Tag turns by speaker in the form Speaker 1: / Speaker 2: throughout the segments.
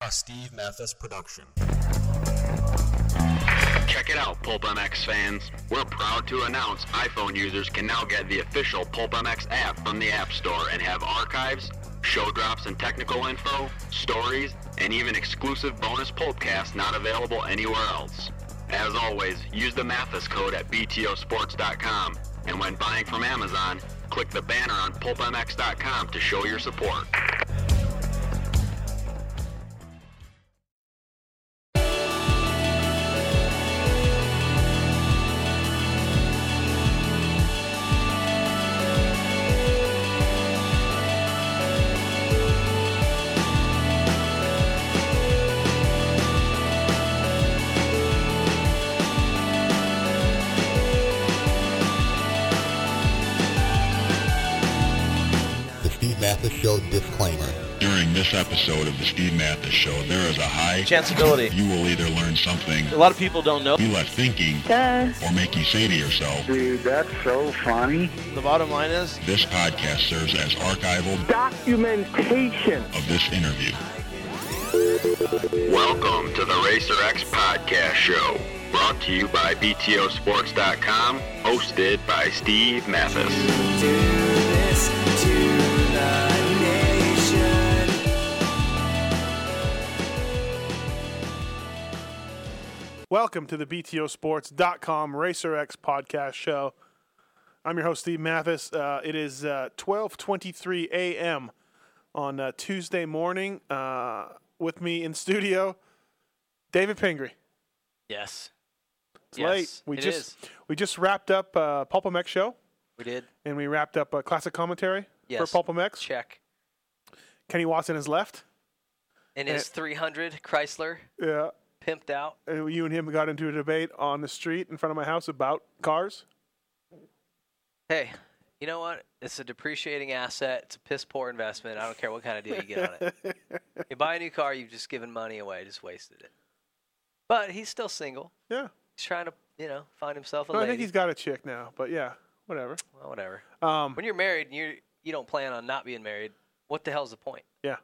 Speaker 1: a Steve Mathis production.
Speaker 2: Check it out, Pulp MX fans. We're proud to announce iPhone users can now get the official Pulp MX app from the App Store and have archives, show drops and technical info, stories, and even exclusive bonus Pulpcasts not available anywhere else. As always, use the Mathis code at BTOsports.com, and when buying from Amazon, click the banner on PulpMX.com to show your support.
Speaker 3: The Steve Mathis Show disclaimer.
Speaker 4: During this episode of the Steve Mathis Show, there is a high
Speaker 5: Chanceability.
Speaker 4: you will either learn something
Speaker 5: A lot of people don't know.
Speaker 4: you left thinking
Speaker 6: Duh.
Speaker 4: or make you say to yourself,
Speaker 7: Dude, that's so funny.
Speaker 5: The bottom line is,
Speaker 4: this podcast serves as archival
Speaker 7: Documentation.
Speaker 4: of this interview.
Speaker 2: Welcome to the Racer X Podcast Show, brought to you by BTOsports.com, hosted by Steve Mathis.
Speaker 8: Welcome to the BTOsports.com RacerX podcast show. I'm your host, Steve Mathis. Uh, it is uh, 12.23 a.m. on uh, Tuesday morning. Uh, with me in studio, David Pingree.
Speaker 9: Yes.
Speaker 8: It's
Speaker 9: Yes,
Speaker 8: late. We
Speaker 9: it
Speaker 8: just
Speaker 9: is.
Speaker 8: we just wrapped up uh, Pulpamex show,
Speaker 9: We did.
Speaker 8: and we wrapped up uh, classic commentary
Speaker 9: Yes.
Speaker 8: for Pulpamex.
Speaker 9: Check.
Speaker 8: Kenny Watson is left.
Speaker 9: And
Speaker 8: And
Speaker 9: his 300 Chrysler
Speaker 8: Yeah,
Speaker 9: pimped out.
Speaker 8: Uh, and you and him got into a debate on the street in front of my house about cars.
Speaker 9: Hey, you know what? It's a depreciating asset. It's a piss poor investment. I don't care what kind of deal you get on it. you buy a new car, you've just given money away, just wasted it. But he's still single.
Speaker 8: Yeah,
Speaker 9: He's trying to, you know, find himself a
Speaker 8: No, I
Speaker 9: lady.
Speaker 8: think he's got a chick now, but yeah, whatever.
Speaker 9: well, whatever.
Speaker 8: Um,
Speaker 9: When you're married and you you don't plan on not being married, what the hell's the point?
Speaker 8: Yeah.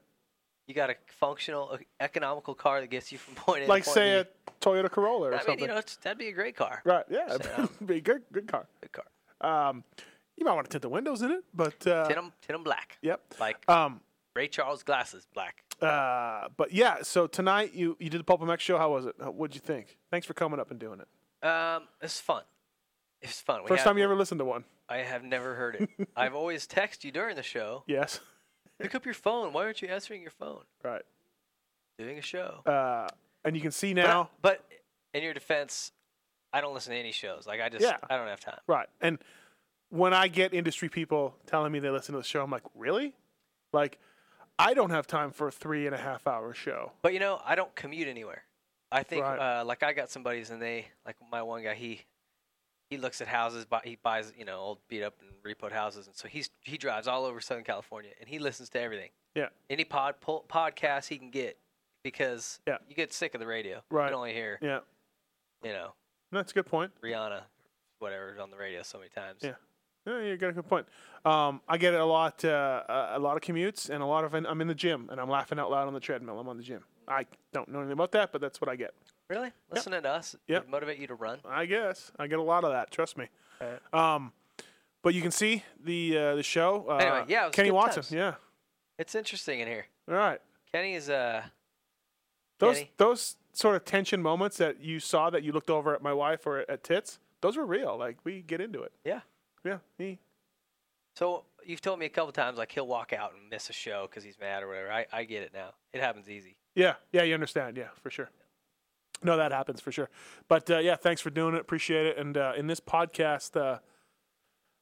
Speaker 9: You got a functional, e- economical car that gets you from point A
Speaker 8: like
Speaker 9: to point
Speaker 8: say
Speaker 9: B.
Speaker 8: a Toyota Corolla or
Speaker 9: I
Speaker 8: something.
Speaker 9: mean, you know, it's, that'd be a great car.
Speaker 8: right? Yeah,
Speaker 9: Say, um,
Speaker 8: be a good, good car.
Speaker 9: Good car.
Speaker 8: Um, you might want to tint the windows in it, but uh,
Speaker 9: Tint 'em, tint 'em black.
Speaker 8: yep.
Speaker 9: Like
Speaker 8: Um,
Speaker 9: Ray Charles glasses black.
Speaker 8: uh, but yeah, so tonight you you did the Pulp MX show. How was it? How, what'd you think? Thanks for coming up and doing it.
Speaker 9: Um, it's fun. It's fun. We
Speaker 8: First
Speaker 9: have-
Speaker 8: time you ever listened to one?
Speaker 9: I have never heard it. I've always texted you during the show.
Speaker 8: Yes.
Speaker 9: Pick up your phone. Why aren't you answering your phone?
Speaker 8: Right.
Speaker 9: Doing a show.
Speaker 8: Uh, and you can see
Speaker 9: But I-
Speaker 8: now.
Speaker 9: But, in your defense, I don't listen to any shows. Like I just,
Speaker 8: Yeah.
Speaker 9: I don't have time.
Speaker 8: Right. And when I get industry people telling me they listen to the show, I'm like, really? Like, I don't have time for a three and a half hour show.
Speaker 9: But you know, I don't commute anywhere. I think
Speaker 8: Right.
Speaker 9: uh, like I got some buddies and they like my one guy he he looks at houses, buy, he buys you know old beat up and repoed houses, and so he's he drives all over Southern California and he listens to everything.
Speaker 8: Yeah.
Speaker 9: any pod po- podcast he can get because
Speaker 8: Yeah.
Speaker 9: you get sick of the radio. You
Speaker 8: Right.
Speaker 9: can only hear
Speaker 8: Yeah.
Speaker 9: you know
Speaker 8: That's a good point.
Speaker 9: Rihanna, whatever, on the radio so many times.
Speaker 8: Yeah. Yeah, you got a good point. Um, I get a lot, uh, a lot of commutes, and a lot of I'm in the gym, and I'm laughing out loud on the treadmill. I'm on the gym. I don't know anything about that, but that's what I get.
Speaker 9: Really? Listen to us.
Speaker 8: Yep.
Speaker 9: It'd motivate you to run.
Speaker 8: I guess I get a lot of that. Trust me. Um, but you can see the uh, the show. Uh,
Speaker 9: Anyway, yeah, it was
Speaker 8: Kenny
Speaker 9: good
Speaker 8: Watson.
Speaker 9: times.
Speaker 8: Yeah.
Speaker 9: It's interesting in here.
Speaker 8: All right.
Speaker 9: Kenny is uh
Speaker 8: Those
Speaker 9: Kenny.
Speaker 8: those sort of tension moments that you saw that you looked over at my wife or at tits. Those were real. Like we get into it.
Speaker 9: yeah.
Speaker 8: Yeah. He.
Speaker 9: So you've told me a couple times like he'll walk out and miss a show because he's mad or whatever. I, I get it now. It happens easy.
Speaker 8: Yeah, yeah, you understand. Yeah, for sure. No, that happens for sure. But uh, yeah, thanks for doing it. Appreciate it. And uh, in this podcast, uh,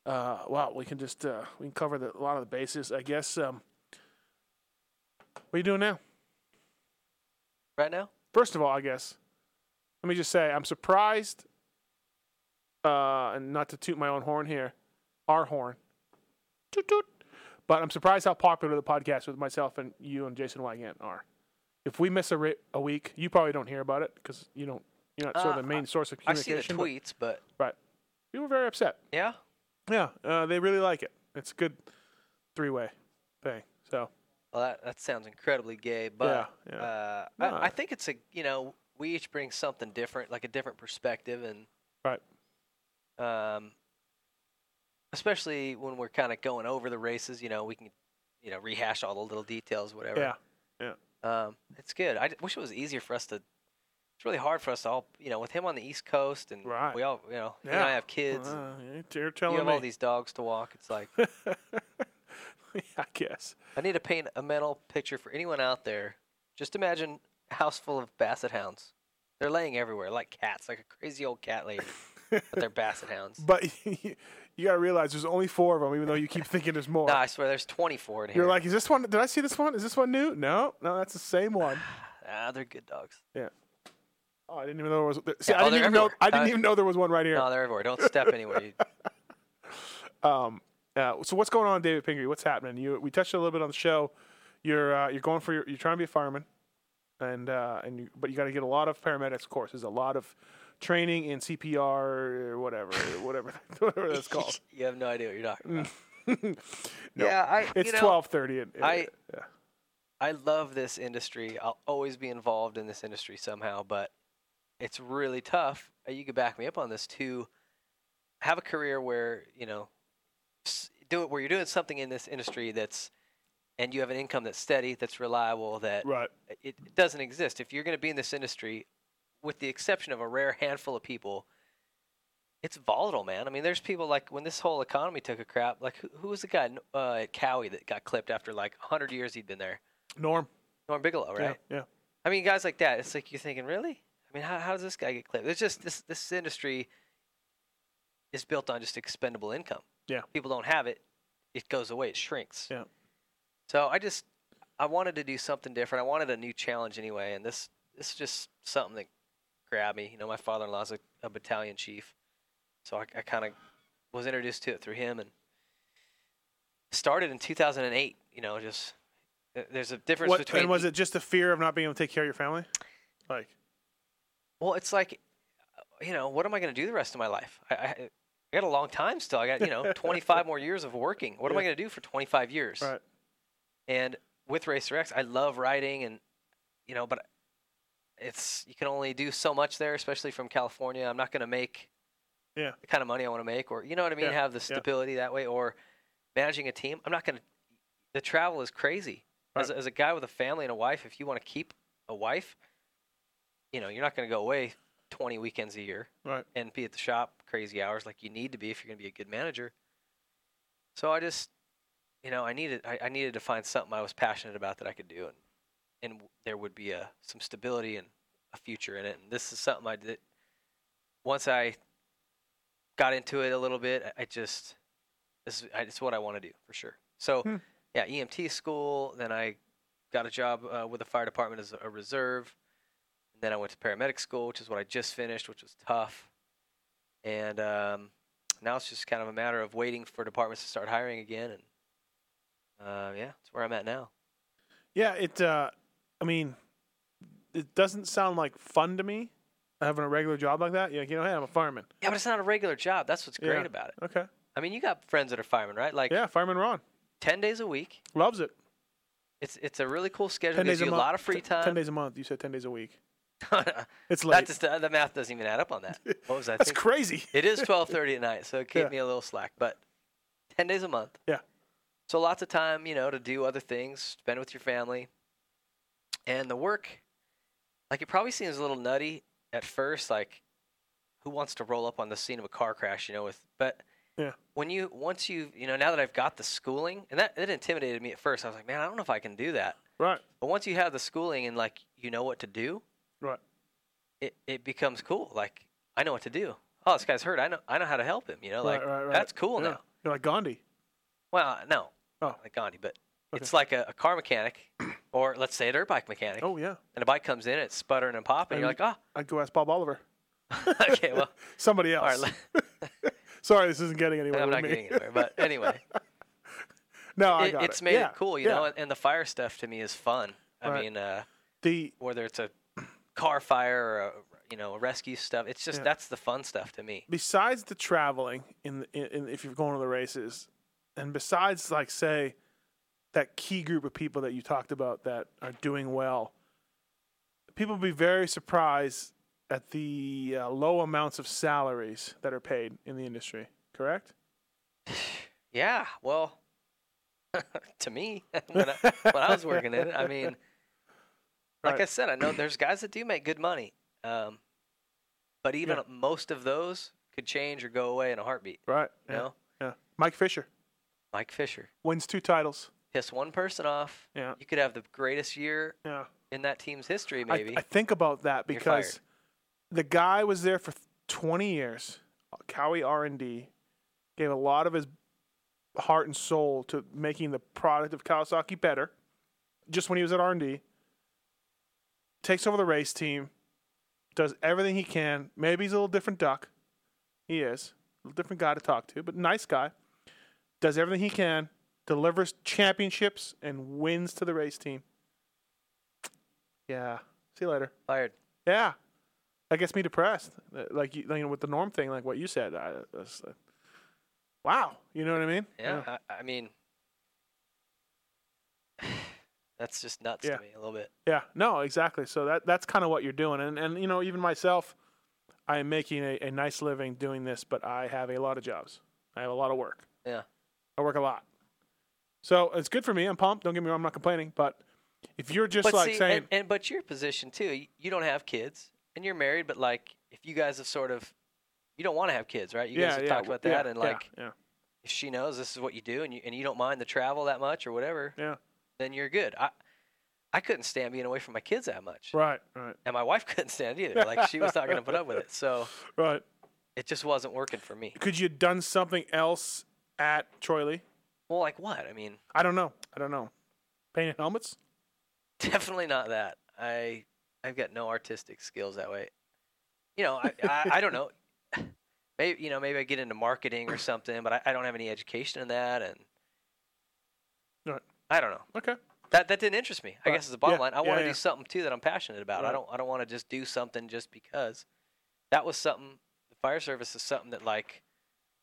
Speaker 8: uh, wow, we can just uh, we can cover the, a lot of the bases, I guess. Um, what are you doing now?
Speaker 9: Right now?
Speaker 8: First of all, I guess let me just say I'm surprised, uh, and not to toot my own horn here, our horn, toot toot. But I'm surprised how popular the podcast with myself and you and Jason Wygant are. If we miss a, ri a week, you probably don't hear about it because you don't. You're not sort of
Speaker 9: Uh,
Speaker 8: the main source of
Speaker 9: I see the
Speaker 8: communication. but-
Speaker 9: tweets, but
Speaker 8: right. You were very upset.
Speaker 9: yeah.
Speaker 8: Yeah, uh, they really like it. It's a good three-way thing. So
Speaker 9: Well, that, that sounds incredibly gay, but
Speaker 8: Yeah, yeah.
Speaker 9: Uh, I,
Speaker 8: No.
Speaker 9: I think it's a you know we each bring something different, like a different perspective, and
Speaker 8: Right.
Speaker 9: um, especially when we're kind of going over the races, you know, we can you know rehash all the little details, whatever.
Speaker 8: Yeah.
Speaker 9: Um, it's good. I d- wish it was easier for us to. It's really hard for us to all, you know, with him on the East Coast and
Speaker 8: Right.
Speaker 9: we all, you know, he and I
Speaker 8: Yeah.
Speaker 9: have kids. and
Speaker 8: Uh, you're
Speaker 9: you
Speaker 8: telling
Speaker 9: have
Speaker 8: me.
Speaker 9: all these dogs to walk. It's like
Speaker 8: I guess.
Speaker 9: I need to paint a mental picture for anyone out there. Just imagine a house full of basset hounds. They're laying everywhere like cats, like a crazy old cat lady. but they're basset hounds.
Speaker 8: But you got to realize there's only four of them, even though you keep thinking there's more.
Speaker 9: Nah, I swear there's 24 in here.
Speaker 8: You're like, is this one? Did I see this one? Is this one new? No, no, that's the same one.
Speaker 9: ah, they're good dogs.
Speaker 8: Oh, I didn't even know there was. See,
Speaker 9: Yeah,
Speaker 8: I
Speaker 9: oh,
Speaker 8: didn't
Speaker 9: they're
Speaker 8: even know.
Speaker 9: everywhere.
Speaker 8: I didn't
Speaker 9: Uh,
Speaker 8: even know there was one right here.
Speaker 9: No, they're everywhere. Don't step anywhere. You,
Speaker 8: Um, uh, so what's going on, David Pingree? What's happening? You we touched a little bit on the show. You're uh, you're going for your, you're trying to be a fireman, and uh, and you, but you got to get a lot of paramedics courses, a lot of training in CPR or whatever, whatever, whatever that's called.
Speaker 9: you have no idea what you're talking about.
Speaker 8: No.
Speaker 9: Yeah, I. you
Speaker 8: It's
Speaker 9: know,
Speaker 8: twelve thirty. and
Speaker 9: I-
Speaker 8: yeah.
Speaker 9: I love this industry. I'll always be involved in this industry somehow, but it's really tough. uh, You could back me up on this to have a career where you know s- do it where you're doing something in this industry that's and you have an income that's steady, that's reliable, that
Speaker 8: right.
Speaker 9: it, it doesn't exist. If you're going to be in this industry, with the exception of a rare handful of people, it's volatile, man. I mean, there's people like when this whole economy took a crap. Like who, who was the guy uh, at Cowie that got clipped after like 100 years he'd been there?
Speaker 8: Norm.
Speaker 9: Norm Bigelow, right?
Speaker 8: Yeah. yeah.
Speaker 9: I mean, guys like that. It's like you're thinking, really? I mean, how, how does this guy get clipped? It's just this this industry is built on just expendable income.
Speaker 8: Yeah.
Speaker 9: People don't have it, it goes away. It shrinks.
Speaker 8: Yeah.
Speaker 9: So I just I wanted to do something different. I wanted a new challenge anyway, and this this is just something that grabbed me. You know, my father-in-law's a, a battalion chief, so I, I kind of was introduced to it through him and started in 2008. You know, just th- there's a difference
Speaker 8: What,
Speaker 9: between
Speaker 8: and was it just the fear of not being able to take care of your family? Like,
Speaker 9: Well, it's like, you know, what am I going to do the rest of my life? I, I, I got a long time still. I got, you know, 25 more years of working. What am I
Speaker 8: Yeah.
Speaker 9: going to do for 25 years?
Speaker 8: Right.
Speaker 9: And with Racer X, I love riding and, you know, but it's, you can only do so much there, especially from California. I'm not going to make
Speaker 8: Yeah.
Speaker 9: the kind of money I want to make or, you know what I mean?
Speaker 8: Yeah,
Speaker 9: Have the stability that way or managing a team. I'm not going to, the travel is crazy. As,
Speaker 8: Right.
Speaker 9: a, as a guy with a family and a wife, if you want to keep a wife, you know, you're not going to go away 20 weekends a year
Speaker 8: Right.
Speaker 9: and be at the shop crazy hours like you need to be if you're going to be a good manager. So I just, you know, I needed I, I needed to find something I was passionate about that I could do, and and w- there would be a some stability and a future in it. And this is something I did. Once I got into it a little bit, I, I just this is I, it's what I want to do for sure. So
Speaker 8: Hmm.
Speaker 9: yeah, EMT school. Then I got a job uh, with the fire department as a reserve. And then I went to paramedic school, which is what I just finished, which was tough. And um, now it's just kind of a matter of waiting for departments to start hiring again. And uh, yeah, that's where I'm at now.
Speaker 8: Yeah, it. Uh, I mean, it doesn't sound like fun to me having a regular job like that. You're like, you know, hey, I'm a fireman.
Speaker 9: Yeah, but it's not a regular job. That's what's great
Speaker 8: Yeah.
Speaker 9: about it.
Speaker 8: Okay.
Speaker 9: I mean, you got friends that are firemen, right? Like
Speaker 8: Yeah, fireman Ron
Speaker 9: ten days a week.
Speaker 8: loves it.
Speaker 9: It's it's a really cool schedule.
Speaker 8: Ten
Speaker 9: Gives
Speaker 8: days a
Speaker 9: you a
Speaker 8: month.
Speaker 9: lot of free
Speaker 8: Ten- Ten
Speaker 9: time.
Speaker 8: days a month. You said ten days a week.
Speaker 9: that
Speaker 8: It's late.
Speaker 9: just uh, the, the math doesn't even add up on that. What was I
Speaker 8: That's
Speaker 9: thinking?
Speaker 8: crazy.
Speaker 9: It is twelve thirty at night, so it gave
Speaker 8: Yeah.
Speaker 9: me a little slack. But ten days a month.
Speaker 8: Yeah.
Speaker 9: So lots of time, you know, to do other things, spend with your family, and the work. Like it probably seems a little nutty at first. Like, who wants to roll up on the scene of a car crash? You know, with but.
Speaker 8: Yeah.
Speaker 9: When you once you you know now that I've got the schooling and that it intimidated me at first. I was like, man, I don't know if I can do that.
Speaker 8: Right.
Speaker 9: But once you have the schooling and like you know what to do,
Speaker 8: Right.
Speaker 9: it, it becomes cool. Like I know what to do. Oh, this guy's hurt. I know I know how to help him. You know, like
Speaker 8: Right, right, right.
Speaker 9: that's cool
Speaker 8: Yeah.
Speaker 9: now.
Speaker 8: You're like Gandhi.
Speaker 9: Well, uh, no,
Speaker 8: Oh.
Speaker 9: like Gandhi, but it's like a, a car mechanic, or let's say a dirt bike mechanic,
Speaker 8: Oh yeah.
Speaker 9: and a bike comes in, it's sputtering and popping. you're like,
Speaker 8: And-
Speaker 9: oh,
Speaker 8: I'd go ask Bob Oliver.
Speaker 9: okay, well,
Speaker 8: Somebody
Speaker 9: all right,
Speaker 8: else.
Speaker 9: let-
Speaker 8: Sorry, this isn't getting anywhere.
Speaker 9: I'm
Speaker 8: with
Speaker 9: not
Speaker 8: me.
Speaker 9: getting anywhere. But anyway,
Speaker 8: no, Oh, I
Speaker 9: it-
Speaker 8: got
Speaker 9: it's
Speaker 8: it.
Speaker 9: made
Speaker 8: Yeah,
Speaker 9: it cool, you know.
Speaker 8: yeah.
Speaker 9: And, and the fire stuff to me is fun. I
Speaker 8: Right.
Speaker 9: mean, uh,
Speaker 8: The
Speaker 9: whether it's a car fire or a, you know a rescue stuff, it's just
Speaker 8: Yeah.
Speaker 9: that's the fun stuff to me.
Speaker 8: besides the traveling in, the, in, in if you're going to the races and besides like say that key group of people that you talked about that are doing well people will be very surprised at the uh, low amounts of salaries that are paid in the industry. Correct?
Speaker 9: Yeah, well, to me, when I, when I was working in it, I mean, like I
Speaker 8: Right.
Speaker 9: said, I know there's guys that do make good money, um, but even
Speaker 8: Yeah.
Speaker 9: most of those could change or go away in a heartbeat.
Speaker 8: Right.
Speaker 9: You know,
Speaker 8: Yeah. yeah. Mike Fisher
Speaker 9: Mike Fisher
Speaker 8: wins two titles.
Speaker 9: piss one person off.
Speaker 8: Yeah.
Speaker 9: You could have the greatest year
Speaker 8: Yeah.
Speaker 9: in that team's history,
Speaker 8: I-
Speaker 9: maybe.
Speaker 8: I, think about that
Speaker 9: You're
Speaker 8: because the guy was there for 20 years. Cowie R and D gave a lot of his heart and soul to making the product of Kawasaki better. Just when he was at R and D, takes over the race team, does everything he can. Maybe he's a little different duck. He is a little different guy to talk to, but nice guy. Does everything he can, delivers championships, and wins to the race team. Yeah. See you later.
Speaker 9: Fired.
Speaker 8: Yeah, that gets me depressed. Uh, Like you, you know, with the norm thing, like what you said. I, that's, uh, wow, you know what I mean?
Speaker 9: Yeah, I, I mean, that's just nuts
Speaker 8: Yeah.
Speaker 9: to me a little bit.
Speaker 8: Yeah. No, exactly. So that that's kind of what you're doing, and and you know, even myself, I am making a, a nice living doing this, but I have a lot of jobs. I have a lot of work.
Speaker 9: Yeah.
Speaker 8: I work a lot. So it's good for me. I'm pumped. Don't get me wrong. I'm not complaining, but if you're just
Speaker 9: but
Speaker 8: like
Speaker 9: see,
Speaker 8: saying,
Speaker 9: and, and but your position too. y- You don't have kids, and you're married. But like, if you guys have sort of, you don't want to have kids, right? You
Speaker 8: yeah,
Speaker 9: guys have
Speaker 8: yeah,
Speaker 9: talked about
Speaker 8: yeah,
Speaker 9: that, and
Speaker 8: yeah,
Speaker 9: like,
Speaker 8: yeah,
Speaker 9: if she knows this is what you do, and you and you don't mind the travel that much or whatever,
Speaker 8: Yeah.
Speaker 9: then you're good. I, I couldn't stand being away from my kids that much,
Speaker 8: right, right,
Speaker 9: and my wife couldn't stand it either. Like, she was not going to put up with it, so
Speaker 8: right.
Speaker 9: it just wasn't working for me.
Speaker 8: Could you have done something else at Troy Lee?
Speaker 9: Well, like what? I mean,
Speaker 8: I don't know. I don't know. Painted helmets?
Speaker 9: Definitely not that. I I've got no artistic skills that way. You know, I I, I don't know. Maybe you know, maybe I get into marketing or something, but I, I don't have any education in that, and
Speaker 8: Right.
Speaker 9: I don't know.
Speaker 8: Okay.
Speaker 9: That that didn't interest me. I
Speaker 8: Right.
Speaker 9: guess is the bottom
Speaker 8: Yeah,
Speaker 9: line. I
Speaker 8: yeah,
Speaker 9: want to
Speaker 8: yeah.
Speaker 9: do something too that I'm passionate about. I
Speaker 8: Right.
Speaker 9: don't I don't want to just do something just because. That was something. The fire service is something that like,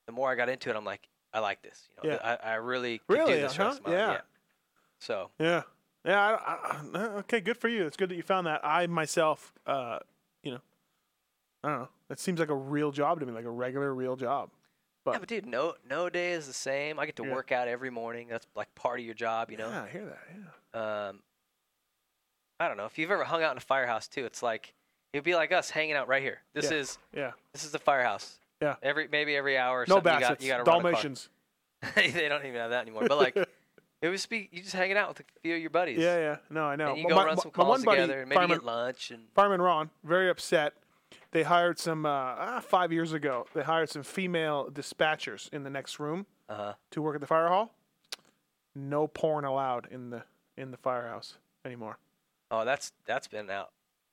Speaker 9: the more I got into it, I'm like, I like this. You know,
Speaker 8: Yeah.
Speaker 9: I, I really could
Speaker 8: Really,
Speaker 9: do this for the rest
Speaker 8: uh-huh.
Speaker 9: of my life.
Speaker 8: Yeah.
Speaker 9: yeah. So
Speaker 8: Yeah. Yeah. I, I- I- okay. Good for you. It's good that you found that. I myself, uh, you know, I don't know. That seems like a real job to me, like a regular, real job.
Speaker 9: Yeah,
Speaker 8: But-
Speaker 9: but dude, no no day is the same. I get to
Speaker 8: Yeah.
Speaker 9: work out every morning. That's like part of your job, you know.
Speaker 8: Yeah, I hear that. Yeah.
Speaker 9: Um, I don't know if you've ever hung out in a firehouse too. It's like it'd be like us hanging out right here. This
Speaker 8: Yeah.
Speaker 9: is
Speaker 8: Yeah.
Speaker 9: this is the firehouse.
Speaker 8: Yeah.
Speaker 9: Every maybe every hour. Or
Speaker 8: No
Speaker 9: something,
Speaker 8: baskets.
Speaker 9: You got, you got
Speaker 8: Dalmatians.
Speaker 9: they don't even have that anymore. But like it would just be you just hanging out with a few of your buddies.
Speaker 8: Yeah. Yeah. No, I know.
Speaker 9: And you go run some calls together and maybe
Speaker 8: Fireman,
Speaker 9: get lunch and
Speaker 8: Fireman Ron, very upset. They hired some uh, ah, five years ago. They hired some female dispatchers in the next room
Speaker 9: uh
Speaker 8: to work at the fire hall. No porn allowed in the in the firehouse anymore.
Speaker 9: oh that's that's been out.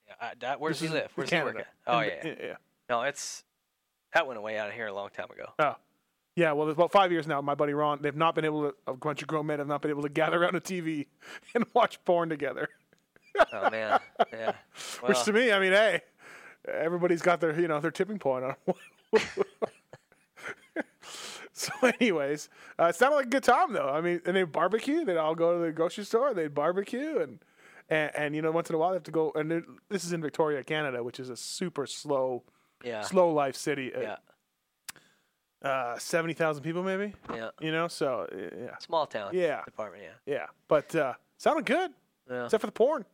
Speaker 9: Yeah, I, that, where's
Speaker 8: This
Speaker 9: he
Speaker 8: is
Speaker 9: live? Where's
Speaker 8: Canada.
Speaker 9: he working? Oh
Speaker 8: In
Speaker 9: yeah.
Speaker 8: the- yeah.
Speaker 9: No, it's that went away out of here a long time ago.
Speaker 8: Yeah, well, there's about five years now. My buddy Ron, they've not been able to, a bunch of grown men have not been able to gather around a TV and watch porn together.
Speaker 9: Oh man, yeah. Well,
Speaker 8: Which to me, I mean, hey, everybody's got their, you know, their tipping point on. so, anyways, uh, it sounded like a good time though. I mean, and they barbecue. They'd all go to the grocery store. They'd barbecue and. And, and you know, once in a while they have to go. And it- this is in Victoria, Canada, which is a super slow,
Speaker 9: yeah,
Speaker 8: slow life city.
Speaker 9: Ah. yeah,
Speaker 8: Uh, uh, seventy thousand people, maybe.
Speaker 9: yeah.
Speaker 8: You know, so uh, yeah.
Speaker 9: Small town.
Speaker 8: Yeah.
Speaker 9: Department. Yeah.
Speaker 8: Yeah, but uh, sounded good
Speaker 9: Yeah.
Speaker 8: except for the porn.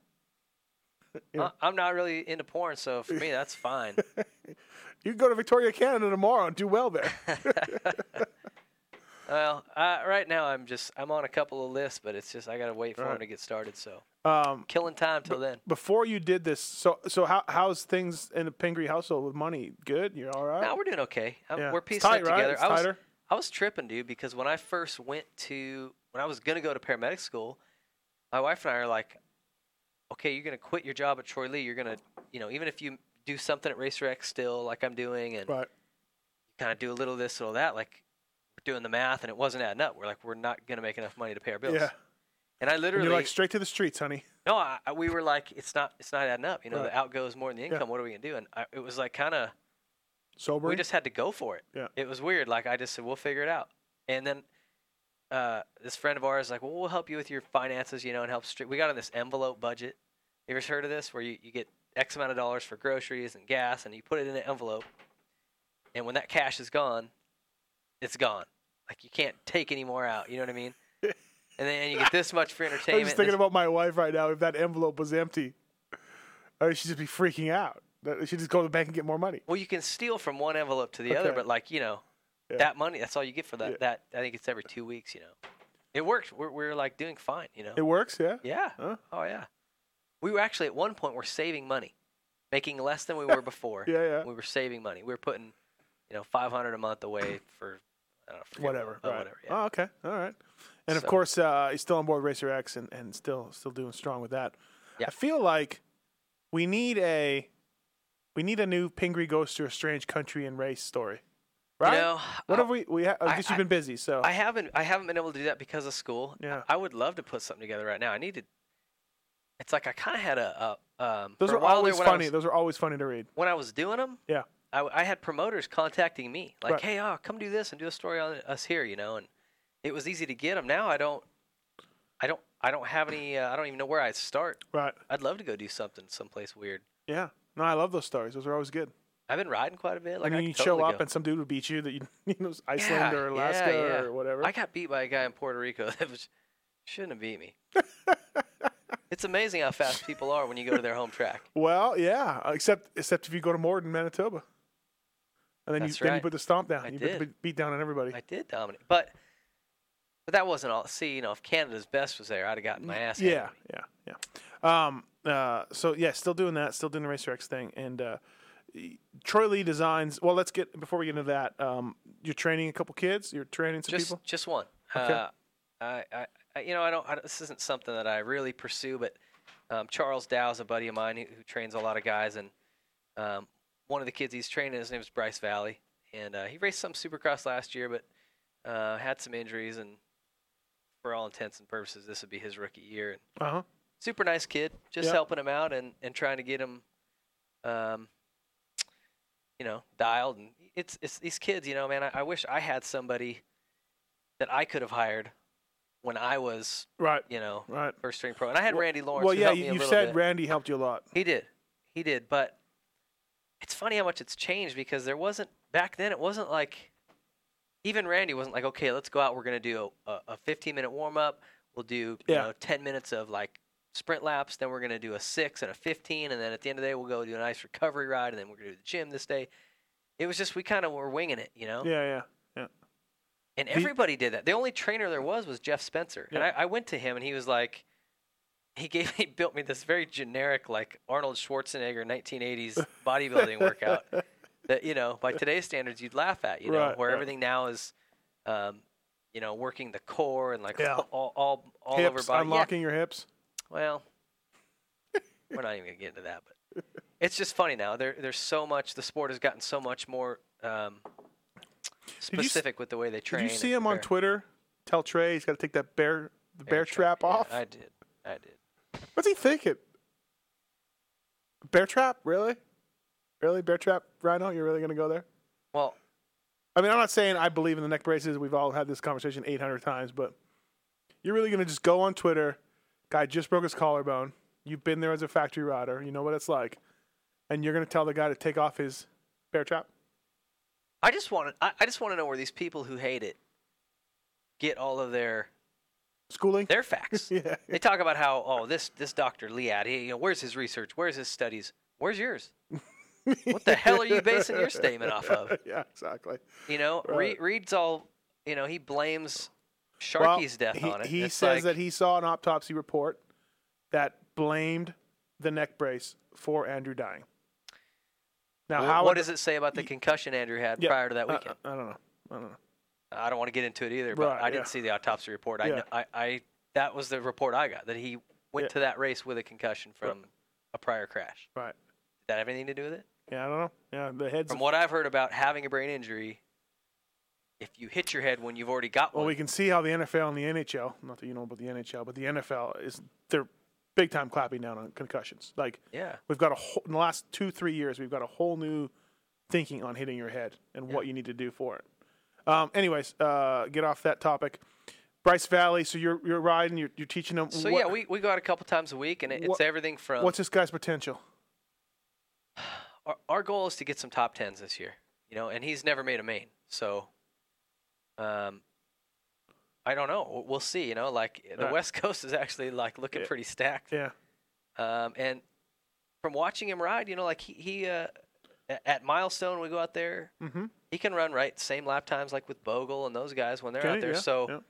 Speaker 8: yeah.
Speaker 9: I- Uh, I'm not really into porn, so for me that's fine.
Speaker 8: You can go to Victoria, Canada tomorrow and do well there.
Speaker 9: well, uh, right now I'm just I'm on a couple of lists, but it's just I gotta wait for them to get started. So
Speaker 8: Um,
Speaker 9: killing time till then.
Speaker 8: before you did this, so so how how's things in the Pingree household with money? Good, you're all right.
Speaker 9: No, we're doing okay. I'm,
Speaker 8: Yeah.
Speaker 9: We're
Speaker 8: It's
Speaker 9: piecing
Speaker 8: tight,
Speaker 9: it
Speaker 8: right?
Speaker 9: together.
Speaker 8: It's
Speaker 9: I was
Speaker 8: tighter?
Speaker 9: I was tripping, dude, because when I first went to when I was gonna go to paramedic school, my wife and I are like, okay, you're gonna quit your job at Troy Lee. You're gonna, you know, even if you do something at Racer X still, like I'm doing, and
Speaker 8: Right.
Speaker 9: kind of do a little of this, little of that. Like we're doing the math, and it wasn't adding up. We're like, we're not gonna make enough money to pay our bills.
Speaker 8: Yeah.
Speaker 9: And I
Speaker 8: And
Speaker 9: literally,
Speaker 8: you're like straight to the streets, honey.
Speaker 9: no, I, I- we were like, it's not, it's not adding up. You know,
Speaker 8: Right.
Speaker 9: the outgoes more than the
Speaker 8: Yeah.
Speaker 9: income. What are we gonna do? And I, it was like kind of,
Speaker 8: Sober.
Speaker 9: we just had to go for it.
Speaker 8: Yeah.
Speaker 9: It was weird. Like I just said, we'll figure it out. And then uh, this friend of ours is like, well, we'll help you with your finances, you know, and help. Stri- we got on this envelope budget, You ever heard of this? Where you, you get X amount of dollars for groceries and gas, and you put it in an envelope, and when that cash is gone, it's gone. Like you can't take any more out. You know what I mean? And then you get this much for
Speaker 8: I'm
Speaker 9: entertainment.
Speaker 8: just thinking
Speaker 9: this-
Speaker 8: about my wife right now. If that envelope was empty, I mean, she'd just be freaking out. That- She'd just go to the bank and get more money.
Speaker 9: well, you can steal from one envelope to the other,
Speaker 8: Okay.
Speaker 9: but like you know,
Speaker 8: Yeah.
Speaker 9: that money. That's all you get for that.
Speaker 8: Yeah.
Speaker 9: That I think it's every two weeks. You know, it worked. We're we're like doing fine. You know.
Speaker 8: It works, yeah.
Speaker 9: Yeah.
Speaker 8: Huh?
Speaker 9: Oh yeah. We were actually at one point we're saving money, making less than we were before.
Speaker 8: Yeah, yeah.
Speaker 9: We were saving money. We were putting, you know, five hundred a month away for, I don't know, forget
Speaker 8: Whatever.
Speaker 9: what- oh,
Speaker 8: right.
Speaker 9: whatever. Yeah.
Speaker 8: Oh, okay. All right. And of
Speaker 9: So-
Speaker 8: course, uh, he's still on board Racer X and, and still still doing strong with that.
Speaker 9: Yeah.
Speaker 8: I feel like we need a we need a new Pingree goes to a strange country and race story. Right?
Speaker 9: You know,
Speaker 8: what
Speaker 9: I,
Speaker 8: have we we ha- I
Speaker 9: I-
Speaker 8: guess you've
Speaker 9: I-
Speaker 8: been busy, so
Speaker 9: I haven't I haven't been able to do that because of school.
Speaker 8: Yeah.
Speaker 9: I would love to put something together right now. I need to. It's like I kind of had a. a um,
Speaker 8: those
Speaker 9: for a
Speaker 8: are
Speaker 9: while
Speaker 8: always
Speaker 9: there when I
Speaker 8: funny.
Speaker 9: was-
Speaker 8: those are always funny to read.
Speaker 9: when I was doing them,
Speaker 8: Yeah.
Speaker 9: I, I had promoters contacting me like,
Speaker 8: Right.
Speaker 9: "Hey, oh, come do this and do a story on us here," you know. And it was easy to get them. Now I don't, I don't, I don't have any. Uh, I don't even know where I start.
Speaker 8: Right.
Speaker 9: I'd love to go do something someplace weird.
Speaker 8: Yeah. No, I love those stories. Those are always good.
Speaker 9: I've been riding quite a bit. Like
Speaker 8: and
Speaker 9: I
Speaker 8: then you
Speaker 9: could totally
Speaker 8: show up
Speaker 9: go.
Speaker 8: and some dude would beat you that you, you know it's Iceland
Speaker 9: Yeah,
Speaker 8: or Alaska
Speaker 9: yeah, yeah.
Speaker 8: or whatever.
Speaker 9: I got beat by a guy in Puerto Rico that was, shouldn't have beat me. it's amazing how fast people are when you go to their home track.
Speaker 8: Well, yeah, except except if you go to Morden, Manitoba, and then you
Speaker 9: That's
Speaker 8: then you
Speaker 9: right.
Speaker 8: put the stomp down,
Speaker 9: I
Speaker 8: you put the
Speaker 9: did.
Speaker 8: be- beat down on everybody.
Speaker 9: I did dominate, but but that wasn't all. See, you know, if Canada's best was there, I'd have gotten my ass. handed to
Speaker 8: yeah,
Speaker 9: me.
Speaker 8: yeah, yeah. Um, uh, so yeah, still doing that, still doing the Racer X thing, and uh, y- Troy Lee designs. Well, let's get before we get into that. Um, you're training a couple kids. You're training some
Speaker 9: just
Speaker 8: people.
Speaker 9: just one.
Speaker 8: Okay.
Speaker 9: Uh, I, I, I, you know, I don't. I, don't- this isn't something that I really pursue, but um, Charles Dow's a buddy of mine who, who trains a lot of guys, and um, one of the kids he's training, his name is Bryce Valley, and uh, he raced some Supercross last year, but uh, had some injuries, and for all intents and purposes, this would be his rookie year. And
Speaker 8: Uh huh.
Speaker 9: super nice kid, just
Speaker 8: Yeah.
Speaker 9: helping him out and, and trying to get him, um, you know, dialed. And it's it's these kids, you know, man. I, I wish I had somebody that I could have hired when I was,
Speaker 8: Right.
Speaker 9: you know,
Speaker 8: Right.
Speaker 9: first string pro. And I had
Speaker 8: Well-
Speaker 9: Randy Lawrence.
Speaker 8: Well,
Speaker 9: who
Speaker 8: yeah,
Speaker 9: helped me
Speaker 8: you,
Speaker 9: a
Speaker 8: you
Speaker 9: little
Speaker 8: said
Speaker 9: bit.
Speaker 8: Randy helped you a lot.
Speaker 9: He did. He did. But it's funny how much it's changed because there wasn't, back then, it wasn't like, even Randy wasn't like, okay, let's go out. We're going to do a, a 15 minute warm up. We'll do, you
Speaker 8: Yeah.
Speaker 9: know, 10 minutes of like sprint laps. Then we're going to do a six and a 15. And then at the end of the day, we'll go do a nice recovery ride. And then we're going to do the gym this day. It was just, we kind of were winging it, you know?
Speaker 8: Yeah, yeah.
Speaker 9: And everybody did that. The only trainer there was was Jeff Spencer. And
Speaker 8: Yeah.
Speaker 9: I, I went to him and he was like, he gave me, built me this very generic, like Arnold Schwarzenegger 1980s bodybuilding workout that, you know, by today's standards, you'd laugh at, you know,
Speaker 8: Right,
Speaker 9: where
Speaker 8: right.
Speaker 9: everything now is, um, you know, working the core and like
Speaker 8: Yeah.
Speaker 9: all, all, all over
Speaker 8: hips,
Speaker 9: body. Yeah.
Speaker 8: unlocking your hips.
Speaker 9: Well, we're not even gonna get into that, but it's just funny now. There, there's so much. The sport has gotten so much more um,
Speaker 8: you s-
Speaker 9: specific with the way they train.
Speaker 8: Did you
Speaker 9: and
Speaker 8: see him on
Speaker 9: prepare.
Speaker 8: Twitter? Tell Trey he's got to take that bear the bear, trap,
Speaker 9: yeah,
Speaker 8: off.
Speaker 9: I did. I did.
Speaker 8: What's he thinking? Bear trap? Really? Really? Bear trap? Rhino? You're really gonna go there?
Speaker 9: Well,
Speaker 8: I mean, I'm not saying I believe in the neck braces. We've all had this conversation 800 times, but you're really gonna just go on Twitter. Guy just broke his collarbone. You've been there as a factory rider. You know what it's like, and you're gonna tell the guy to take off his bear trap.
Speaker 9: I just want to. I, I just want to know where these people who hate it get all of their
Speaker 8: Schooling?
Speaker 9: their facts.
Speaker 8: Yeah.
Speaker 9: They talk about how oh this this Dr. Liad, he, you know, where's his research? Where's his studies? Where's yours? what the hell are you basing your statement off of?
Speaker 8: yeah, exactly.
Speaker 9: You know,
Speaker 8: Right.
Speaker 9: Reed, Reed's all. You know, he blames
Speaker 8: Well,
Speaker 9: Sharky's death
Speaker 8: he,
Speaker 9: on it.
Speaker 8: He
Speaker 9: It's
Speaker 8: says
Speaker 9: like,
Speaker 8: that he saw an autopsy report that blamed the neck brace for Andrew dying. Now,
Speaker 9: Well,
Speaker 8: how?
Speaker 9: what does it say about the concussion Andrew had
Speaker 8: Yeah, Uh,
Speaker 9: prior to that
Speaker 8: I-
Speaker 9: weekend?
Speaker 8: I, I don't know. I don't know.
Speaker 9: I don't want to get into it either, but
Speaker 8: Right,
Speaker 9: I didn't
Speaker 8: yeah.
Speaker 9: see the autopsy report. I,
Speaker 8: Yeah.
Speaker 9: kn- I, I, that was the report I got that he went
Speaker 8: Yeah.
Speaker 9: to that race with a concussion from a prior crash.
Speaker 8: Right?
Speaker 9: Did that have anything to do with it?
Speaker 8: Yeah, I don't know. Yeah, the heads.
Speaker 9: From what I've heard about having a brain injury, if you hit your head when you've already got
Speaker 8: well,
Speaker 9: one,
Speaker 8: we can see how the NFL and the NHL. Not that you know about the NHL, but the NFL is they're big time clapping down on concussions. Like
Speaker 9: yeah,
Speaker 8: we've got a whole, in the last two three years, we've got a whole new thinking on hitting your head and what you need to do for it. Um, anyways, uh, get off that topic. Bryce Valley. So you're you're riding. You're, you're teaching them.
Speaker 9: So yeah, we, uh, we go out a couple times a week, and it, it's
Speaker 8: What-
Speaker 9: everything from
Speaker 8: What's this guy's potential?
Speaker 9: our, our goal is to get some top tens this year, you know, and he's never made a main, so um, I don't know. W- We'll see, you know. Like the
Speaker 8: Right.
Speaker 9: West Coast is actually like looking
Speaker 8: Yeah.
Speaker 9: pretty stacked,
Speaker 8: Yeah.
Speaker 9: um, and from watching him ride, you know, like he, he uh, a- at Milestone, we go out there,
Speaker 8: Mm-hmm.
Speaker 9: he can run right same lap times like with Bogle and those guys when they're out there. so,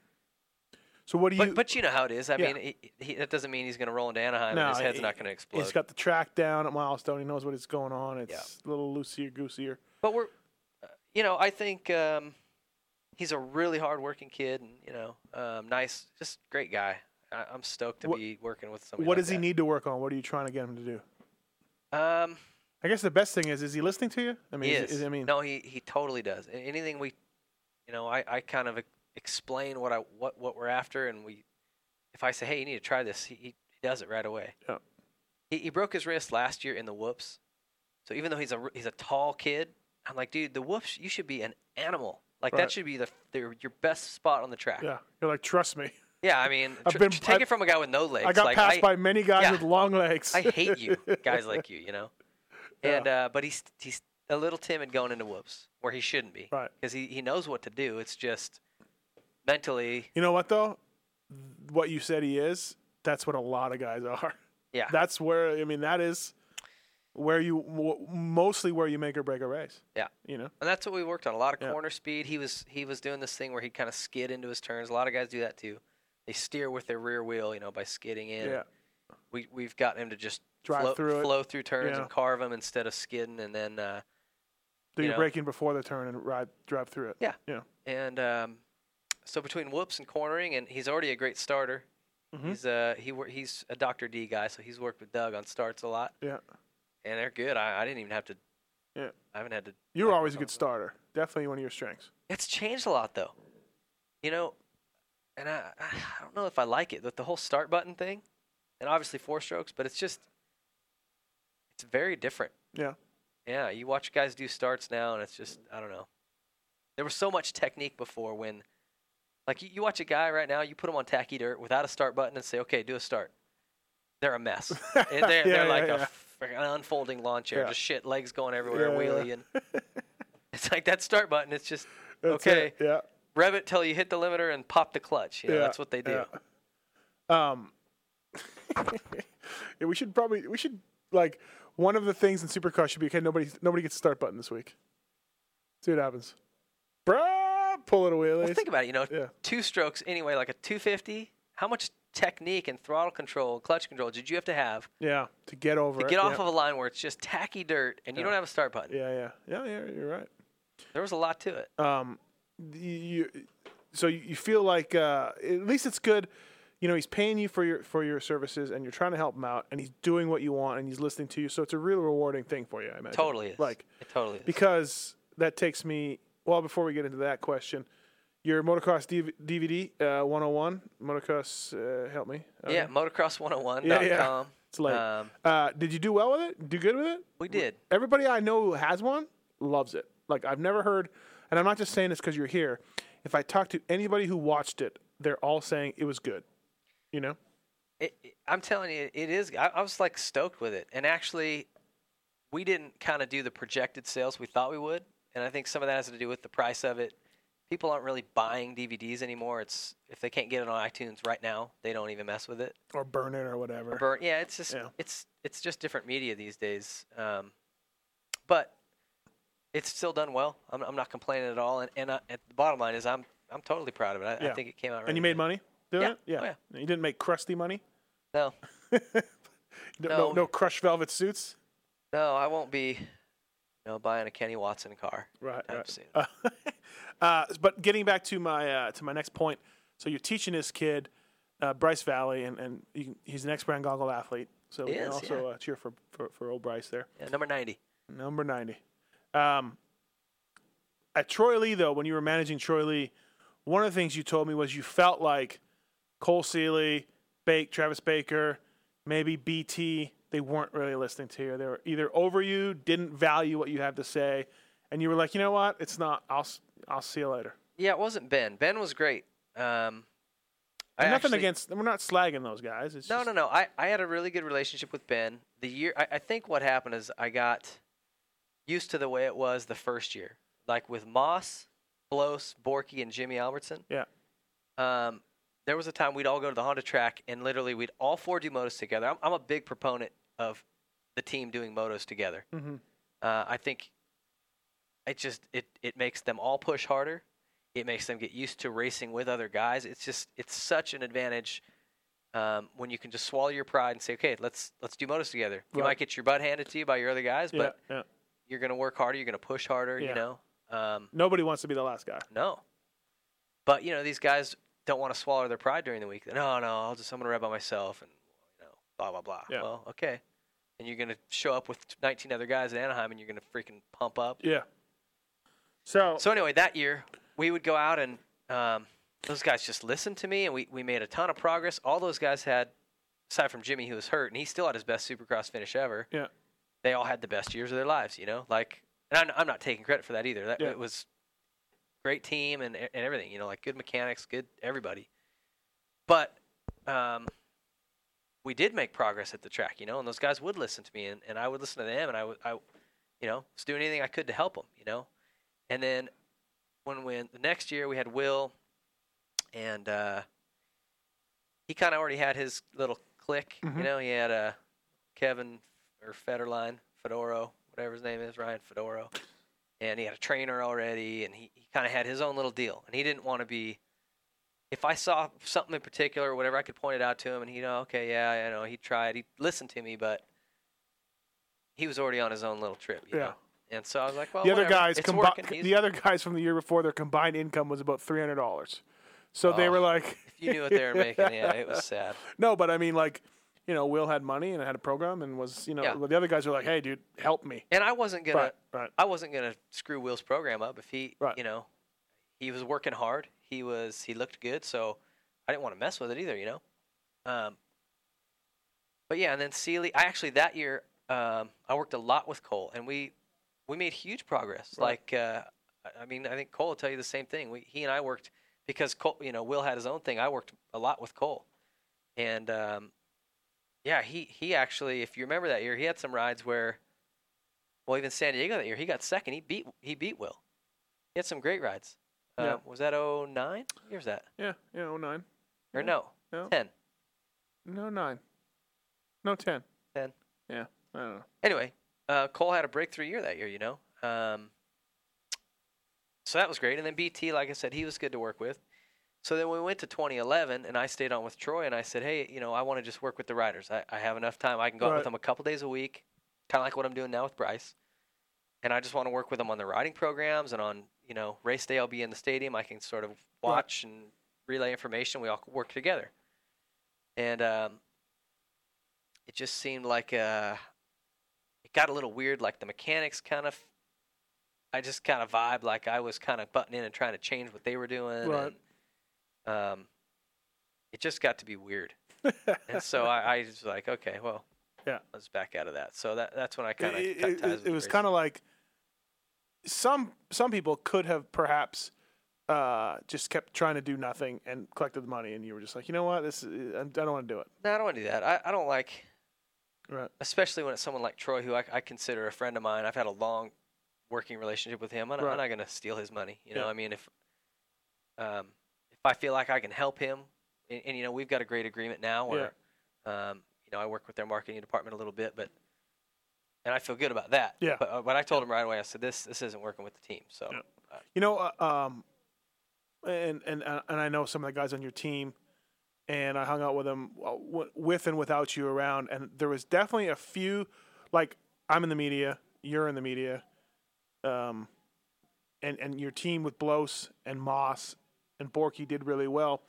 Speaker 8: So what do you?
Speaker 9: but but you know how it is. I
Speaker 8: Yeah.
Speaker 9: mean, he, he, that doesn't mean he's going to roll into Anaheim and his
Speaker 8: No,
Speaker 9: head's
Speaker 8: he-
Speaker 9: not going to explode.
Speaker 8: he's got the track down at Milestone. He knows what is going on. It's
Speaker 9: Yeah.
Speaker 8: a little loosey gooseier.
Speaker 9: but we're, uh, you know, I think um, he's a really hardworking kid, and you know, um, nice, just great guy. I, I'm stoked to
Speaker 8: What-
Speaker 9: be working with somebody.
Speaker 8: What
Speaker 9: like
Speaker 8: does he
Speaker 9: that.
Speaker 8: need to work on? What are you trying to get him to do?
Speaker 9: Um,
Speaker 8: I guess the best thing is, is he listening to you? I mean,
Speaker 9: he
Speaker 8: is-
Speaker 9: is.
Speaker 8: is- I mean,
Speaker 9: no, he he totally does. A- Anything we, you know, I, I kind of e- explain what I what what we're after, and we, if I say, hey, you need to try this, he, he does it right away.
Speaker 8: Yeah.
Speaker 9: He he broke his wrist last year in the whoops, so even though he's a r- he's a tall kid, I'm like, dude, the whoops, you should be an animal. Like
Speaker 8: Right.
Speaker 9: that should be the, the your best spot on the track.
Speaker 8: yeah. You're like, trust me.
Speaker 9: Yeah, I mean,
Speaker 8: I've
Speaker 9: tr-
Speaker 8: been-
Speaker 9: tr- take
Speaker 8: I-
Speaker 9: it from a guy with no legs.
Speaker 8: I got
Speaker 9: like,
Speaker 8: passed
Speaker 9: I,
Speaker 8: by many guys
Speaker 9: yeah.
Speaker 8: with long legs.
Speaker 9: I hate you, guys like you, you know. And uh, but he's he's a little timid going into whoops where he shouldn't be,
Speaker 8: Right.
Speaker 9: Because he, he knows what to do. It's just mentally,
Speaker 8: You know what though? What you said he is, that's what a lot of guys are.
Speaker 9: yeah,
Speaker 8: That's where I mean that is where you w- mostly where you make or break a race.
Speaker 9: Yeah.
Speaker 8: You know.
Speaker 9: and that's what we worked on. A lot of
Speaker 8: Yeah.
Speaker 9: corner speed. He was he was doing this thing where he kind of skid into his turns. A lot of guys do that too. They steer with their rear wheel, you know, by skidding in.
Speaker 8: Yeah.
Speaker 9: We we've gotten him to just
Speaker 8: Drive
Speaker 9: flow
Speaker 8: through it.
Speaker 9: flow through turns
Speaker 8: Yeah.
Speaker 9: and carve them instead of skidding, and then. Uh,
Speaker 8: Do
Speaker 9: you
Speaker 8: your
Speaker 9: know.
Speaker 8: braking before the turn and ride drive through it.
Speaker 9: Yeah.
Speaker 8: Yeah.
Speaker 9: and um, so between whoops and cornering, and he's already a great starter.
Speaker 8: Mhm.
Speaker 9: He's uh he wor- he's a Dr. D guy, so he's worked with Doug on starts a lot,
Speaker 8: Yeah.
Speaker 9: and they're good. I, I didn't even have to.
Speaker 8: Yeah.
Speaker 9: I haven't had to.
Speaker 8: You were
Speaker 9: like
Speaker 8: always a good
Speaker 9: myself.
Speaker 8: starter. Definitely one of your strengths.
Speaker 9: It's changed a lot though, you know, and I I don't know if I like it, but the whole start button thing, and obviously four strokes, but it's just it's very different.
Speaker 8: Yeah.
Speaker 9: Yeah, you watch guys do starts now, and it's just I don't know. There was so much technique before when, like, you, you watch a guy right now, you put him on tacky dirt without a start button and say, "Okay, do a start." They're a mess. And they're
Speaker 8: Yeah,
Speaker 9: they're
Speaker 8: yeah,
Speaker 9: like
Speaker 8: yeah.
Speaker 9: a freaking unfolding lawn chair,
Speaker 8: Yeah.
Speaker 9: just shit, legs going everywhere,
Speaker 8: Yeah,
Speaker 9: wheelie,
Speaker 8: yeah.
Speaker 9: and it's like that start button. It's just
Speaker 8: That's
Speaker 9: Okay.
Speaker 8: it. Yeah.
Speaker 9: rev it till you hit the limiter and pop the clutch. You know,
Speaker 8: Yeah,
Speaker 9: that's what they do.
Speaker 8: Um, yeah, we should probably we should like one of the things in Supercross should be okay. Nobody nobody gets the start button this week. See what happens. Bruh, pull it a wheelie.
Speaker 9: Well, think about it. You know,
Speaker 8: Yeah.
Speaker 9: two strokes anyway, like a 250. How much technique and throttle control, and clutch control did you have to have
Speaker 8: yeah, to get over.
Speaker 9: to
Speaker 8: it.
Speaker 9: get off
Speaker 8: yeah.
Speaker 9: of a line where it's just tacky dirt and you don't have a start button?
Speaker 8: Yeah, yeah, yeah, yeah. You're right.
Speaker 9: There was a lot to it.
Speaker 8: Um, you, you- so you- you feel like uh, at least it's good. You know, he's paying you for your for your services, and you're trying to help him out, and he's doing what you want, and he's listening to you. So it's a real rewarding thing for you. I imagine.
Speaker 9: Totally is.
Speaker 8: Like
Speaker 9: it totally is.
Speaker 8: because that takes me well before we get into that question your motocross DV- dvd uh, 101 motocross uh, help me Okay.
Speaker 9: yeah, motocross101.com.
Speaker 8: Yeah, yeah. it's late
Speaker 9: Um,
Speaker 8: uh, did you do well with it do good with it
Speaker 9: we did.
Speaker 8: everybody i know who has one loves it like i've never heard and i'm not just saying this because you're here if i talk to anybody who watched it they're all saying it was good you know
Speaker 9: It, it- I'm telling you, it is. I, I was like stoked with it, and actually, we didn't kind of do the projected sales we thought we would, and I think some of that has to do with the price of it. People aren't really buying DVDs anymore. It's if they can't get it on iTunes right now, they don't even mess with it.
Speaker 8: or burn it or whatever
Speaker 9: Burn. Yeah, it's just
Speaker 8: Yeah.
Speaker 9: it's it's just different media these days. Um, but it's still done well. I'm, I'm not complaining at all. And and I, at the bottom line is I'm I'm totally proud of it. I, I
Speaker 8: Yeah.
Speaker 9: think it came out.
Speaker 8: and you
Speaker 9: really
Speaker 8: made money doing
Speaker 9: Yeah.
Speaker 8: it yeah.
Speaker 9: Oh, yeah.
Speaker 8: you didn't make crusty money
Speaker 9: good. No,
Speaker 8: no,
Speaker 9: No.
Speaker 8: no, no crushed velvet suits
Speaker 9: no, I won't be, you know, buying a Kenny Watson car.
Speaker 8: right,
Speaker 9: I've
Speaker 8: right.
Speaker 9: seen.
Speaker 8: Uh, uh, but getting back to my uh, to my next point, so you're teaching this kid, uh, Bryce Valley, and and you can, he's an ex-brand goggle athlete. So we
Speaker 9: He
Speaker 8: can
Speaker 9: is,
Speaker 8: also uh, cheer for, for for old Bryce there,
Speaker 9: Yeah, number 90.
Speaker 8: number ninety. Um, at Troy Lee though, when you were managing Troy Lee, one of the things you told me was you felt like Cole Seeley, Bake, Travis Baker, maybe BT, they weren't really listening to you. They were either over you, didn't value what you had to say, and you were like, you know what, it's not. I'll s- I'll see you later.
Speaker 9: Yeah, it wasn't Ben. Ben was great. Um, I
Speaker 8: nothing
Speaker 9: actually-
Speaker 8: against. We're not slagging those guys. It's
Speaker 9: No,
Speaker 8: just,
Speaker 9: no, no. I, I had a really good relationship with Ben. The year I, I think what happened is I got used to the way it was the first year, like with Moss, Blos, Borky, and Jimmy Albertson.
Speaker 8: Yeah.
Speaker 9: Um, there was a time we'd all go to the Honda track and literally we'd all four do motos together. I'm, I'm a big proponent of the team doing motos together.
Speaker 8: hmm
Speaker 9: Uh, I think it just it it makes them all push harder. It makes them get used to racing with other guys. It's just it's such an advantage um, when you can just swallow your pride and say, okay, let's let's do motos together. You
Speaker 8: Right.
Speaker 9: might get your butt handed to you by your other guys,
Speaker 8: Yeah,
Speaker 9: but
Speaker 8: yeah.
Speaker 9: you're gonna work harder. You're gonna push harder.
Speaker 8: Yeah.
Speaker 9: You know, um,
Speaker 8: Nobody wants to be the last guy.
Speaker 9: no. But you know these guys don't want to swallow their pride during the week. No, no, I'll just I'm gonna ride by myself and you know blah blah blah.
Speaker 8: Yeah.
Speaker 9: Well, okay. And you're gonna show up with 19 other guys in Anaheim, and you're gonna freaking pump up.
Speaker 8: Yeah. So,
Speaker 9: So anyway, that year we would go out and um, those guys just listened to me, and we, we made a ton of progress. All those guys had, aside from Jimmy, who was hurt, and he still had his best Supercross finish ever.
Speaker 8: Yeah.
Speaker 9: they all had the best years of their lives. You know, like, and I'm, I'm not taking credit for that either. That
Speaker 8: Yeah.
Speaker 9: it was great team and and everything. You know, like good mechanics, good everybody. But um, we did make progress at the track. You know, and those guys would listen to me, and, and I would listen to them, and I would I, you know, was doing anything I could to help them. You know, and then when when the next year we had Will, and uh, he kind of already had his little click.
Speaker 8: Mhm.
Speaker 9: You know, he had uh, Kevin or Federline, Fedoro, whatever his name is, Ryan Fedoro, and he had a trainer already, and he, he kind of had his own little deal, and he didn't want to be. If I saw something in particular or whatever, I could point it out to him, and he'd, oh, okay, yeah, I know, he'd try it, he'd listen to me, but he was already on his own little trip, you
Speaker 8: Yeah.
Speaker 9: know? And so I was like, well,
Speaker 8: the other
Speaker 9: whatever,
Speaker 8: guys
Speaker 9: it's
Speaker 8: combi-
Speaker 9: working. He's-
Speaker 8: the other guys from the year before their combined income was about three hundred dollars. So they
Speaker 9: Oh.
Speaker 8: were like,
Speaker 9: If you knew what they were making, yeah, it was sad.
Speaker 8: no, but I mean, like, you know, Will had money and had a program and was, you know,
Speaker 9: Yeah.
Speaker 8: the other guys were like, hey, dude, help me.
Speaker 9: And I wasn't gonna,
Speaker 8: Right, right.
Speaker 9: I wasn't gonna screw Will's program up if he,
Speaker 8: Right.
Speaker 9: you know, he was working hard. He was, he looked good, so I didn't want to mess with it either, you know. Um, but yeah, and then Sealy, I actually that year, um, I worked a lot with Cole, and we, we made huge progress.
Speaker 8: Right.
Speaker 9: Like, uh, I- I mean, I think Cole will tell you the same thing. We, he and I worked because Cole, you know, Will had his own thing. I worked a lot with Cole, and um, yeah, he he actually, if you remember that year, he had some rides where. Well, even San Diego that year, he got second. He beat he beat Will. He had some great rides. Uh,
Speaker 8: Yeah.
Speaker 9: Was that 09? What year was that?
Speaker 8: Yeah, yeah, oh nine,
Speaker 9: Or no,
Speaker 8: no,
Speaker 9: 10.
Speaker 8: no nine, no ten.
Speaker 9: 10.
Speaker 8: Yeah, I don't know.
Speaker 9: Anyway, uh, Cole had a breakthrough year that year, you know. Um, so that was great. And then BT, like I said, he was good to work with. So then we went to 2011, and I stayed on with Troy, and I said, hey, you know, I want to just work with the riders. I, I have enough time. I can go out
Speaker 8: Right.
Speaker 9: with them a couple days a week, kind of like what I'm doing now with Bryce. And I just want to work with them on their riding programs and on, you know, race day. I'll be in the stadium. I can sort of watch and relay information. We all work together. And um, it just seemed like uh, it got a little weird. Like the mechanics kind of, I just kind of vibe like I was kind of butting in and trying to change what they were doing.
Speaker 8: Right.
Speaker 9: And, um, it just got to be weird, and so I, I was like, okay, well,
Speaker 8: Yeah.
Speaker 9: let's back out of that. So that that's when I kind
Speaker 8: it,
Speaker 9: of
Speaker 8: it-
Speaker 9: cut ties.
Speaker 8: it-
Speaker 9: with
Speaker 8: it was
Speaker 9: Gracie.
Speaker 8: kind of like some some people could have perhaps uh, just kept trying to do nothing and collected the money, and you were just like, you know what, this is, I don't want to do it.
Speaker 9: No, I don't want to do that. I, I don't like,
Speaker 8: Right.
Speaker 9: especially when it's someone like Troy, who I, I consider a friend of mine. I've had a long working relationship with him. I'm, not-
Speaker 8: Right.
Speaker 9: I'm not going to steal his money. You know,
Speaker 8: Yeah.
Speaker 9: I mean, if um, if I feel like I can help him, and, and you know, we've got a great agreement now where, um, you know, I work with their marketing department a little bit, but and I feel good about that.
Speaker 8: Yeah.
Speaker 9: But, uh, but I told him right away. I said, this this isn't working with the team. So
Speaker 8: Yeah. You know, uh, um, and and uh, and I know some of the guys on your team, and I hung out with them uh, w- with and without you around, and there was definitely a few, like I'm in the media, you're in the media, um, and and your team with Blos and Moss and Borky did really well,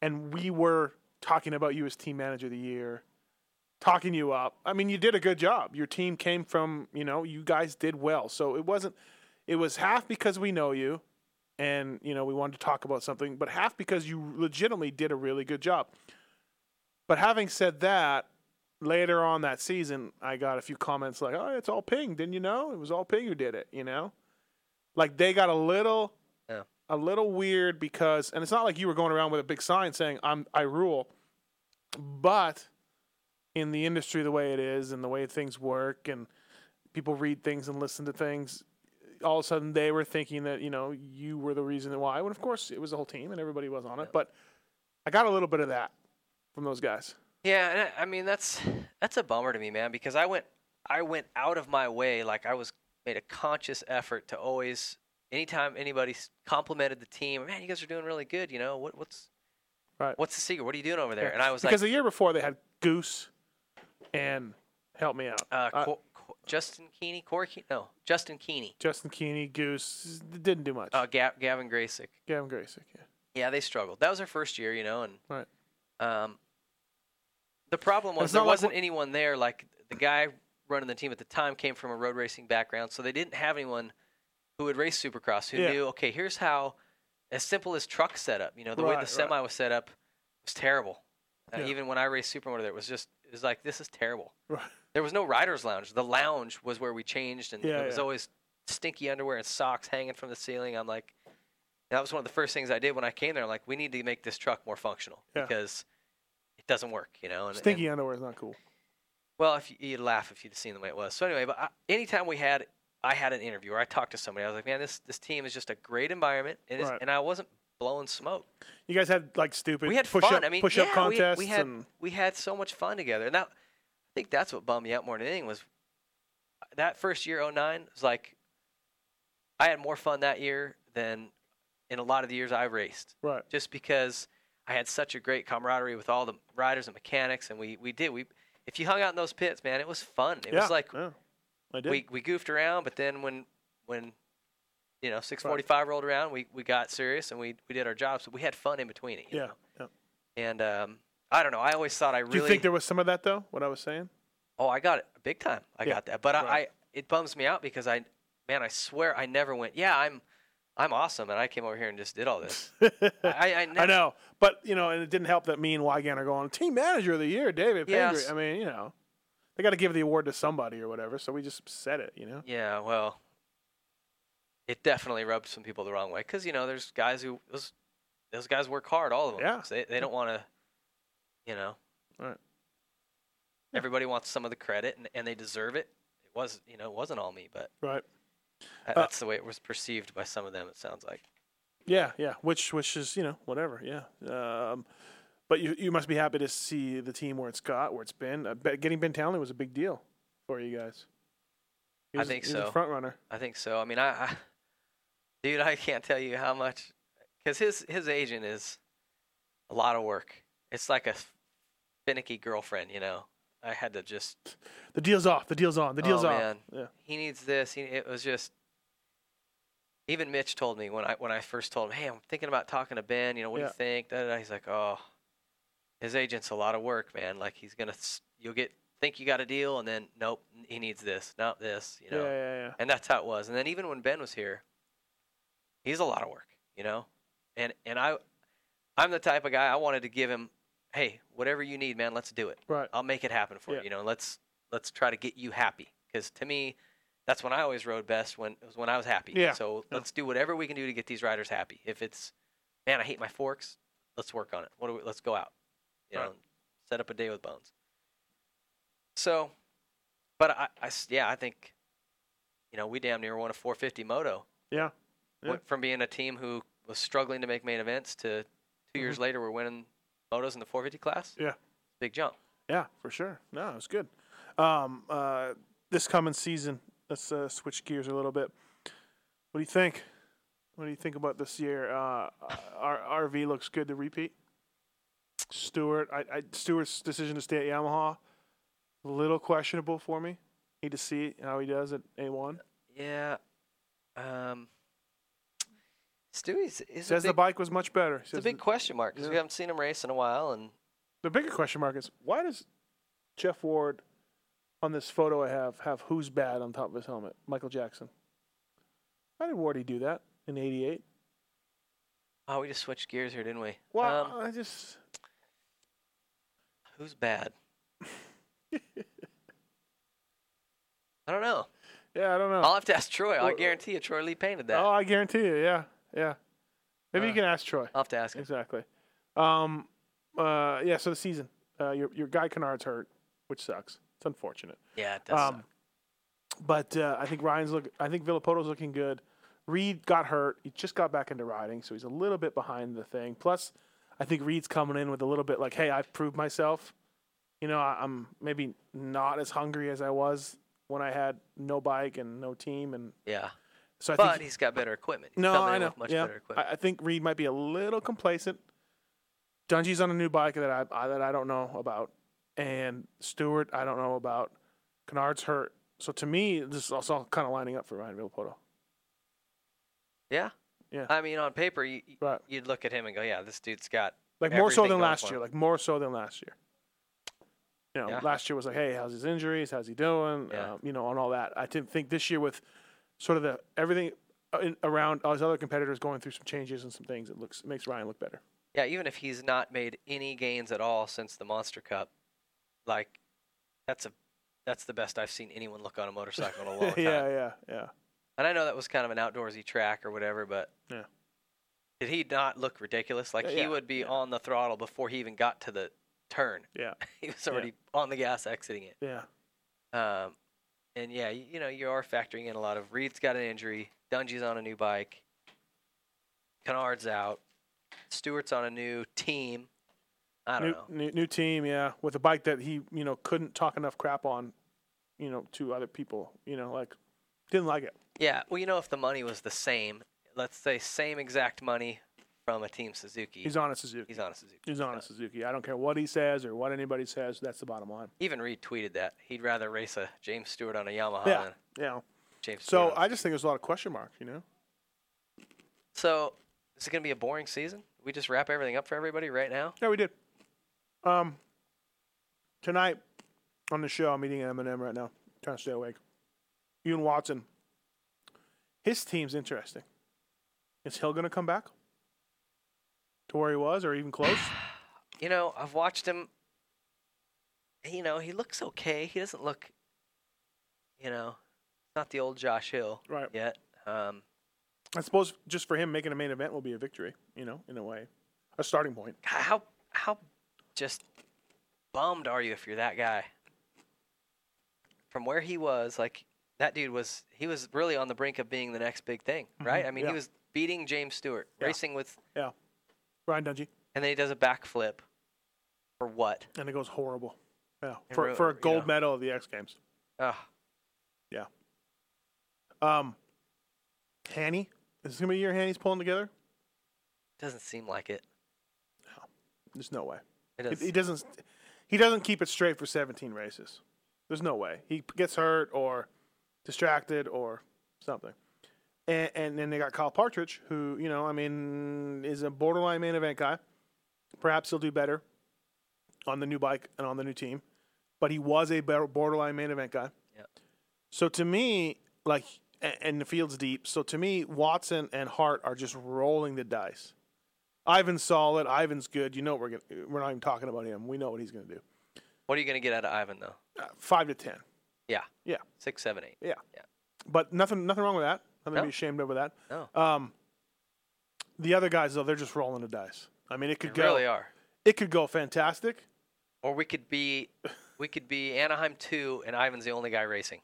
Speaker 8: and we were talking about you as team manager of the year. Talking you up. I mean, you did a good job. Your team came from, you know, you guys did well. So it wasn't it was half because we know you and you know we wanted to talk about something but half because you legitimately did a really good job but having said that later on that season i got a few comments like oh it's all ping didn't you know it was all ping who did it you know like they got a little
Speaker 9: Yeah.
Speaker 8: a little weird because, and it's not like you were going around with a big sign saying "I'm I rule," but in the industry the way it is and the way things work and people read things and listen to things, all of a sudden they were thinking that you know you were the reason why. And of course, it was the whole team and everybody was on it. But I got a little bit of that from those guys.
Speaker 9: Yeah, and I- I mean that's that's a bummer to me, man, because I went I went out of my way, like I was made a conscious effort to always anytime anybody s- complimented the team, man, you guys are doing really good, you know. What what's
Speaker 8: Right.
Speaker 9: What's the secret? What are you doing over there? And I was
Speaker 8: because
Speaker 9: like
Speaker 8: the year before they had Goose and help me out.
Speaker 9: uh,
Speaker 8: uh,
Speaker 9: Cor- Cor- Justin Keeney, Corey Keeney, no, Justin Keeney,
Speaker 8: Justin Keeney, Goose didn't do much.
Speaker 9: uh, Ga- Gavin Graysick.
Speaker 8: Gavin Graysick, yeah.
Speaker 9: Yeah, they struggled. That was their first year, you know, and
Speaker 8: Right.
Speaker 9: um, the problem
Speaker 8: And
Speaker 9: was
Speaker 8: it's
Speaker 9: there
Speaker 8: not like
Speaker 9: wasn't anyone there. Like the guy running the team at the time came from a road racing background, so they didn't have anyone who had raced Supercross who
Speaker 8: Yeah.
Speaker 9: knew. Okay, here's how as simple as truck setup. You know, the way
Speaker 8: Right,
Speaker 9: the
Speaker 8: right.
Speaker 9: semi was set up was terrible. Uh,
Speaker 8: Yeah.
Speaker 9: Even when I raced Supermoto, there it was just it was like this is terrible.
Speaker 8: Right.
Speaker 9: There was no riders' lounge. The lounge was where we changed, and
Speaker 8: Yeah,
Speaker 9: it was
Speaker 8: yeah.
Speaker 9: always stinky underwear and socks hanging from the ceiling. I'm like, that was one of the first things I did when I came there. I'm like, we need to make this truck more functional
Speaker 8: Yeah.
Speaker 9: because it doesn't work, you know. And,
Speaker 8: Stinky
Speaker 9: and-
Speaker 8: underwear is not cool.
Speaker 9: well, if you, you'd laugh if you'd seen the way it was. So anyway, but I, anytime we had, I had an interview or I talked to somebody, I was like, man, this this team is just a great environment, and, it's-
Speaker 8: Right.
Speaker 9: and I wasn't blowing smoke.
Speaker 8: You guys had like stupid
Speaker 9: We had
Speaker 8: push
Speaker 9: fun.
Speaker 8: up
Speaker 9: I mean,
Speaker 8: push
Speaker 9: yeah,
Speaker 8: up
Speaker 9: we had-
Speaker 8: contests
Speaker 9: we had
Speaker 8: and
Speaker 9: we had so much fun together. And that I think that's what bummed me out more than anything was uh, that first year 09 was like I had more fun that year than in a lot of the years I raced
Speaker 8: right.
Speaker 9: just because I had such a great camaraderie with all the riders and mechanics, and we, we did we if you hung out in those pits, man, it was fun. It
Speaker 8: yeah,
Speaker 9: was like
Speaker 8: yeah. I did.
Speaker 9: we, we goofed around, but then when when you know six forty five rolled around, we, we got serious and we, we did our jobs. But we had fun in between it. you
Speaker 8: yeah,
Speaker 9: know?
Speaker 8: yeah.
Speaker 9: And um, I don't know. I always thought I
Speaker 8: Do
Speaker 9: really
Speaker 8: you think there was some of that though? What I was saying?
Speaker 9: oh I got it big time. I
Speaker 8: Yeah,
Speaker 9: got that. But I, I
Speaker 8: right.
Speaker 9: it bums me out because I man I swear I never went. Yeah I'm I'm awesome and I came over here and just did all this. I, I, never,
Speaker 8: I know, but you know, and it didn't help that me and Wygan are going team manager of the year, David.
Speaker 9: Yes.
Speaker 8: Yes. I mean, you know, they got to give the award to somebody or whatever. So we just said it, you know.
Speaker 9: Yeah, well, it definitely rubbed some people the wrong way because you know there's guys who those those guys work hard, all of them.
Speaker 8: Yeah.
Speaker 9: So they they don't want to, you know.
Speaker 8: Right. Yeah.
Speaker 9: Everybody wants some of the credit and, and they deserve it. It was you know it wasn't all me, but
Speaker 8: Right.
Speaker 9: that,
Speaker 8: Uh,
Speaker 9: that's the way it was perceived by some of them. It sounds like.
Speaker 8: Yeah, yeah. Which which is you know whatever. Yeah. Um, but you you must be happy to see the team where it's got where it's been. Uh, be- getting Ben Townley was a big deal for you guys. He
Speaker 9: I
Speaker 8: was-
Speaker 9: think
Speaker 8: he was a
Speaker 9: so.
Speaker 8: front runner.
Speaker 9: I think so. I mean, I, I dude, I can't tell you how much because his his agent is a lot of work. It's like a finicky girlfriend, you know. I had to just
Speaker 8: The deal's off. The deal's on. The deal's
Speaker 9: Oh,
Speaker 8: off.
Speaker 9: man.
Speaker 8: Yeah.
Speaker 9: he needs this. He, it was just even Mitch told me when I when I first told him, hey, I'm thinking about talking to Ben. You know, what do
Speaker 8: Yeah.
Speaker 9: you think? Da, da, da. He's like, oh, his agent's a lot of work, man. Like he's gonna s- you'll get think you got a deal, and then nope, he needs this, not this. You know,
Speaker 8: yeah, yeah, yeah.
Speaker 9: and that's how it was. And then even when Ben was here, he's a lot of work, you know. And and I, I'm the type of guy I wanted to give him, hey, whatever you need, man, let's do it.
Speaker 8: Right.
Speaker 9: I'll make it happen for
Speaker 8: Yeah.
Speaker 9: you. You know, let's let's try to get you happy. Because to me, that's when I always rode best. When it was when I was happy.
Speaker 8: Yeah.
Speaker 9: So
Speaker 8: Yeah.
Speaker 9: let's do whatever we can do to get these riders happy. If it's, man, I hate my forks. Let's work on it. What do we? Let's go out. You
Speaker 8: Right.
Speaker 9: know, set up a day with bones. So, but I, I s- yeah, I think, you know, we damn near won a 450 moto.
Speaker 8: Yeah.
Speaker 9: Went from being a team who was struggling to make main events to 2
Speaker 8: Mm-hmm.
Speaker 9: years later we're winning motos in the 450 class.
Speaker 8: Yeah.
Speaker 9: Big jump.
Speaker 8: Yeah, for sure. No, it was good. Um, uh, this coming season, let's uh, switch gears a little bit. What do you think? What do you think about this year? Uh, our RV looks good to repeat. Stewart, I, I, Stewart's decision to stay at Yamaha, a little questionable for me. Need to see how he does at A1.
Speaker 9: Yeah. Um, Stewie's is
Speaker 8: Says
Speaker 9: a
Speaker 8: the
Speaker 9: big,
Speaker 8: bike was much better.
Speaker 9: it's a
Speaker 8: Says
Speaker 9: big
Speaker 8: the,
Speaker 9: question mark because
Speaker 8: yeah.
Speaker 9: we haven't seen him race in a while, and
Speaker 8: the bigger question mark is why does Jeff Ward on this photo I have have who's bad on top of his helmet? Michael Jackson. Why did Wardy do that in '88?
Speaker 9: oh, we just switched gears here, didn't we?
Speaker 8: Well, uh,
Speaker 9: Um,
Speaker 8: I just
Speaker 9: who's bad? I don't know.
Speaker 8: yeah, I don't know.
Speaker 9: I'll have to ask Troy. I
Speaker 8: Oh. Well,
Speaker 9: guarantee you, Troy Lee painted that. Uh.
Speaker 8: oh, I guarantee you, yeah, yeah. Maybe you can ask Troy.
Speaker 9: I'll have to ask him.
Speaker 8: Exactly. Um, uh, yeah. So the season, uh, your your guy Kennard's hurt, which sucks. It's unfortunate.
Speaker 9: Yeah, it does. suck.
Speaker 8: Um, but uh, I think Ryan's look. I think Villapoto's looking good. Reed got hurt. He just got back into riding, so he's a little bit behind the thing. Plus, I think Reed's coming in with a little bit like, "Hey, I've proved myself. You know, I, I'm maybe not as hungry as I was when I had no bike and no team." And
Speaker 9: yeah,
Speaker 8: so I
Speaker 9: but
Speaker 8: think
Speaker 9: he's got better equipment. He's
Speaker 8: no,
Speaker 9: coming
Speaker 8: I
Speaker 9: in
Speaker 8: know.
Speaker 9: With much
Speaker 8: yeah,
Speaker 9: better equipment.
Speaker 8: I, I think Reed might be a little complacent. Dungy's on a new bike that I, I that I don't know about, and Stewart I don't know about. Kennard's hurt, so to me this is also kind of lining up for Ryan Villapoto.
Speaker 9: yeah,
Speaker 8: Yeah.
Speaker 9: I mean, on paper, you, you-
Speaker 8: Right.
Speaker 9: you'd look at him and go, "Yeah, this dude's got."
Speaker 8: Like more
Speaker 9: Everything
Speaker 8: so than
Speaker 9: going
Speaker 8: last
Speaker 9: for
Speaker 8: year.
Speaker 9: him.
Speaker 8: Like more so than last year. You know,
Speaker 9: Yeah.
Speaker 8: last year was like, hey, how's his injuries? How's he doing?
Speaker 9: Yeah.
Speaker 8: Um, you know, on all that. I didn't think this year with sort of the everything uh, in, around all his other competitors going through some changes and some things, it looks makes Ryan look better.
Speaker 9: Yeah, even if he's not made any gains at all since the Monster Cup, like that's a that's the best I've seen anyone look on a motorcycle in a long time.
Speaker 8: yeah, yeah, yeah.
Speaker 9: And I know that was kind of an outdoorsy track or whatever, but
Speaker 8: Yeah.
Speaker 9: did he not look ridiculous? Like
Speaker 8: Yeah,
Speaker 9: he
Speaker 8: yeah,
Speaker 9: would be
Speaker 8: yeah.
Speaker 9: on the throttle before he even got to the turn.
Speaker 8: Yeah.
Speaker 9: he was already on the gas exiting it.
Speaker 8: Yeah.
Speaker 9: Um, and yeah, you, you know, you are factoring in a lot of Reed's got an injury, Dungy's on a new bike, Kennard's out, Stewart's on a new team. I don't
Speaker 8: new,
Speaker 9: know.
Speaker 8: New, new team, yeah, with a bike that he, you know, couldn't talk enough crap on, you know, to other people, you know, like didn't like it.
Speaker 9: Yeah, well, you know, if the money was the same, let's say same exact money from a team Suzuki,
Speaker 8: He's on a Suzuki.
Speaker 9: he's on a Suzuki.
Speaker 8: He's on a Suzuki. I don't care what he says or what anybody says. That's the bottom line.
Speaker 9: Even Reed tweeted that he'd rather race a James Stewart on a Yamaha
Speaker 8: Yeah.
Speaker 9: than
Speaker 8: Yeah.
Speaker 9: James. Stewart
Speaker 8: So
Speaker 9: on a
Speaker 8: I just think there's a lot of question marks, you know?
Speaker 9: So is it going to be a boring season? We just wrap everything up for everybody right now.
Speaker 8: Yeah, we did. Um, tonight on the show, I'm eating M&M right now. trying to stay awake. Ewan Watson. His team's interesting. Is Hill going to come back to where he was or even close?
Speaker 9: You know, I've watched him. You know, he looks okay. He doesn't look, you know, not the old Josh Hill
Speaker 8: Right.
Speaker 9: yet. Um,
Speaker 8: I suppose just for him making a main event will be a victory, you know, in a way, a starting point.
Speaker 9: h- how how just bummed are you if you're that guy? From where he was, like that dude was, he was really on the brink of being the next big thing, right? I mean,
Speaker 8: Mm-hmm. yeah.
Speaker 9: he was beating James Stewart,
Speaker 8: Yeah.
Speaker 9: racing with,
Speaker 8: Yeah, Ryan Dungey,
Speaker 9: and then he does a backflip for what?
Speaker 8: and it goes horrible. Yeah,
Speaker 9: It
Speaker 8: for
Speaker 9: ru-
Speaker 8: for a
Speaker 9: you
Speaker 8: gold
Speaker 9: know.
Speaker 8: medal of the X Games.
Speaker 9: Ugh.
Speaker 8: Yeah. Um, Hanny, is this gonna be your Hanny's pulling together?
Speaker 9: Doesn't seem like it.
Speaker 8: There's no way.
Speaker 9: It
Speaker 8: He,
Speaker 9: does.
Speaker 8: he doesn't. He doesn't keep it straight for 17 races. There's no way he gets hurt or distracted or something. And, and then they got Kyle Partridge, who you know, I mean, is a borderline main event guy. Perhaps he'll do better on the new bike and on the new team, but he was a bor- borderline main event guy.
Speaker 9: Yep.
Speaker 8: So to me, like, a- and the field's deep. So to me, Watson and Hart are just rolling the dice. Ivan's solid. Ivan's good. You know what we're gonna, we're not even talking about him. We know what he's going to do.
Speaker 9: what are you going to get out of Ivan though?
Speaker 8: Uh, five to ten.
Speaker 9: Yeah.
Speaker 8: Yeah,
Speaker 9: Six, seven, eight.
Speaker 8: yeah,
Speaker 9: Yeah.
Speaker 8: But nothing, nothing wrong with that. Nothing to
Speaker 9: No.
Speaker 8: be ashamed over that.
Speaker 9: No,
Speaker 8: Um, the other guys though, they're just rolling the dice. I mean, it
Speaker 9: they
Speaker 8: could go.
Speaker 9: really are.
Speaker 8: It could go fantastic.
Speaker 9: Or we could be, we could be Anaheim two, and Ivan's the only guy racing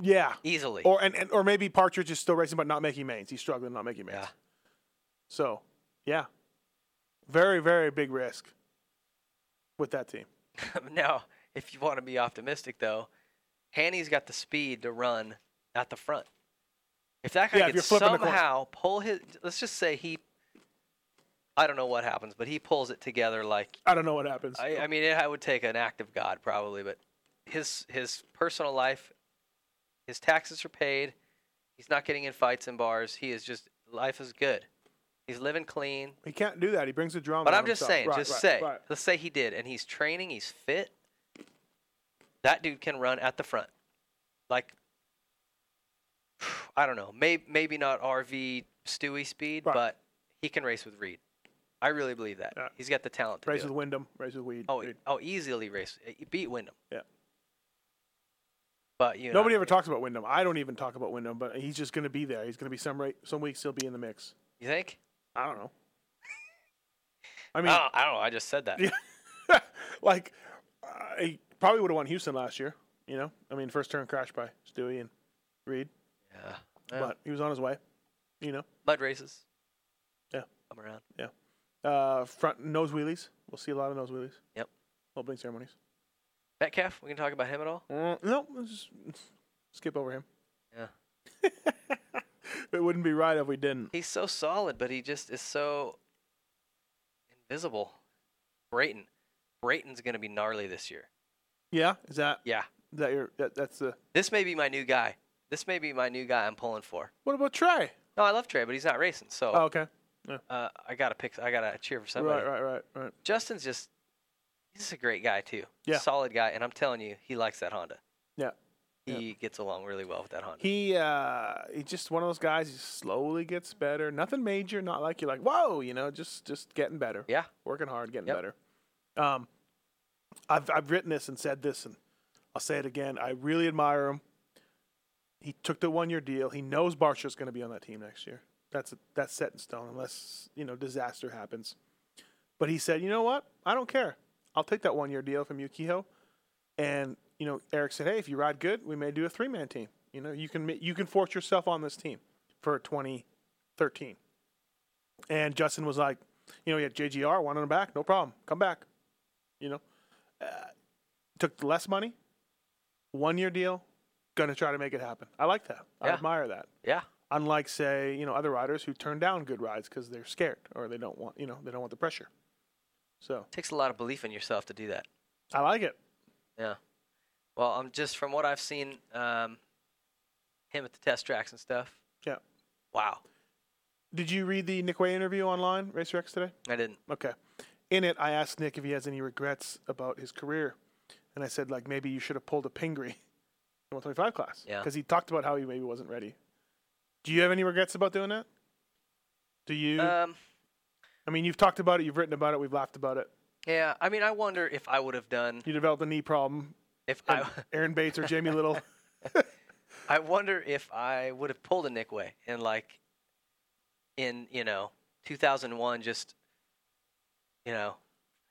Speaker 8: Yeah.
Speaker 9: easily.
Speaker 8: Or and, and or maybe Partridge is still racing, but not making mains. He's struggling, not making mains.
Speaker 9: Yeah.
Speaker 8: So, yeah, very very big risk with that team.
Speaker 9: now, if you want to be optimistic though, Hanny's got the speed to run at the front. If that guy
Speaker 8: Yeah, if
Speaker 9: could
Speaker 8: you're flipping the corner.
Speaker 9: somehow pull his, let's just say he, I don't know what happens, but he pulls it together like
Speaker 8: I don't know what happens.
Speaker 9: I, I mean, it, I would take an act of God probably, but his his personal life, his taxes are paid. He's not getting in fights and bars. He is just life is good. He's living clean.
Speaker 8: he can't do that. He brings the drama.
Speaker 9: But
Speaker 8: out
Speaker 9: I'm just
Speaker 8: himself.
Speaker 9: saying,
Speaker 8: Right,
Speaker 9: just
Speaker 8: right,
Speaker 9: say,
Speaker 8: right.
Speaker 9: let's say he did, and he's training, he's fit. That dude can run at the front, like I don't know, maybe maybe not RV Stewie speed,
Speaker 8: Right.
Speaker 9: but he can race with Reed. I really believe that.
Speaker 8: Yeah.
Speaker 9: He's got the talent to
Speaker 8: Race
Speaker 9: do
Speaker 8: with
Speaker 9: it.
Speaker 8: Wyndham. Race with Weed.
Speaker 9: Oh,
Speaker 8: Reed.
Speaker 9: oh, easily race. eh, Beat Wyndham.
Speaker 8: Yeah.
Speaker 9: But you know,
Speaker 8: Nobody ever talks about Wyndham. I don't even talk about Wyndham, but he's just going to be there. He's going to be some ra- some weeks he'll be in the mix.
Speaker 9: You think?
Speaker 8: I don't know. I
Speaker 9: I,
Speaker 8: mean,
Speaker 9: don't, I don't know. I just said that.
Speaker 8: Yeah.
Speaker 9: Oh.
Speaker 8: like, I probably would have won Houston last year. You know, I mean, first turn crash by Stewie and Reed,
Speaker 9: Yeah.
Speaker 8: but he was on his way. You know,
Speaker 9: Mud races.
Speaker 8: Yeah.
Speaker 9: Come around.
Speaker 8: uh, front nose wheelies. We'll see a lot of nose wheelies.
Speaker 9: Yep.
Speaker 8: Opening ceremonies.
Speaker 9: Metcalf, we can talk about him at all?
Speaker 8: Mm, no, let's just skip over him.
Speaker 9: Yeah.
Speaker 8: it wouldn't be right if we didn't.
Speaker 9: He's so solid, but he just is so invisible. Brayton. Brayton's going to be gnarly this year.
Speaker 8: Yeah, is that
Speaker 9: Yeah.
Speaker 8: is that your that, that's the
Speaker 9: This may be my new guy. This may be my new guy I'm pulling for.
Speaker 8: What about Trey?
Speaker 9: No, I love Trey, but he's not racing, so
Speaker 8: Oh, okay.
Speaker 9: uh, I gotta pick. I gotta cheer for somebody.
Speaker 8: Right, right, right, right.
Speaker 9: Justin's just he's just a great guy too.
Speaker 8: Yeah.
Speaker 9: Solid guy, and I'm telling you, he likes that Honda.
Speaker 8: Yeah. Yeah.
Speaker 9: He gets along really well with that Honda.
Speaker 8: He uh he's just one of those guys he slowly gets better. Nothing major, not like you're like, whoa, you know, just just getting better.
Speaker 9: Yeah.
Speaker 8: Working hard, getting
Speaker 9: Yep.
Speaker 8: better. Um I've I've written this and said this and I'll say it again. I really admire him. He took the one year deal. He knows Barsha's gonna be on that team next year. That's that's set in stone unless, you know, disaster happens. But he said, you know what? I don't care. I'll take that one year deal from Yukiho. And you know, Eric said, "Hey, if you ride good, we may do a three man team. You know, you can ma- you can force yourself on this team for 2013." And Justin was like, "You know, yeah, JGR one on the back, no problem. Come back." You know, uh, took less money, one year deal, gonna try to make it happen. I like that. I
Speaker 9: Yeah.
Speaker 8: admire that.
Speaker 9: yeah.
Speaker 8: Unlike, say, you know, other riders who turn down good rides because they're scared or they don't want, you know, they don't want the pressure. So
Speaker 9: Takes a lot of belief in yourself to do that.
Speaker 8: I like it.
Speaker 9: Well, I'm just from what I've seen, um, him at the test tracks and stuff.
Speaker 8: Yeah.
Speaker 9: Wow.
Speaker 8: Did you read the Nick Way interview online, Racer X today?
Speaker 9: I didn't.
Speaker 8: Okay. In it, I asked Nick if he has any regrets about his career, and I said like maybe you should have pulled a Pingree in 125 class
Speaker 9: Yeah.
Speaker 8: because he talked about how he maybe wasn't ready. Do you have any regrets about doing that? Do you?
Speaker 9: Um,
Speaker 8: I mean, you've talked about it, you've written about it, we've laughed about it.
Speaker 9: yeah. I mean, I wonder if I would have done
Speaker 8: You developed a knee problem.
Speaker 9: if I.
Speaker 8: And Aaron Bates or Jamie Little.
Speaker 9: I wonder if I would have pulled a Nick way and like in, you know, 2001 just you know,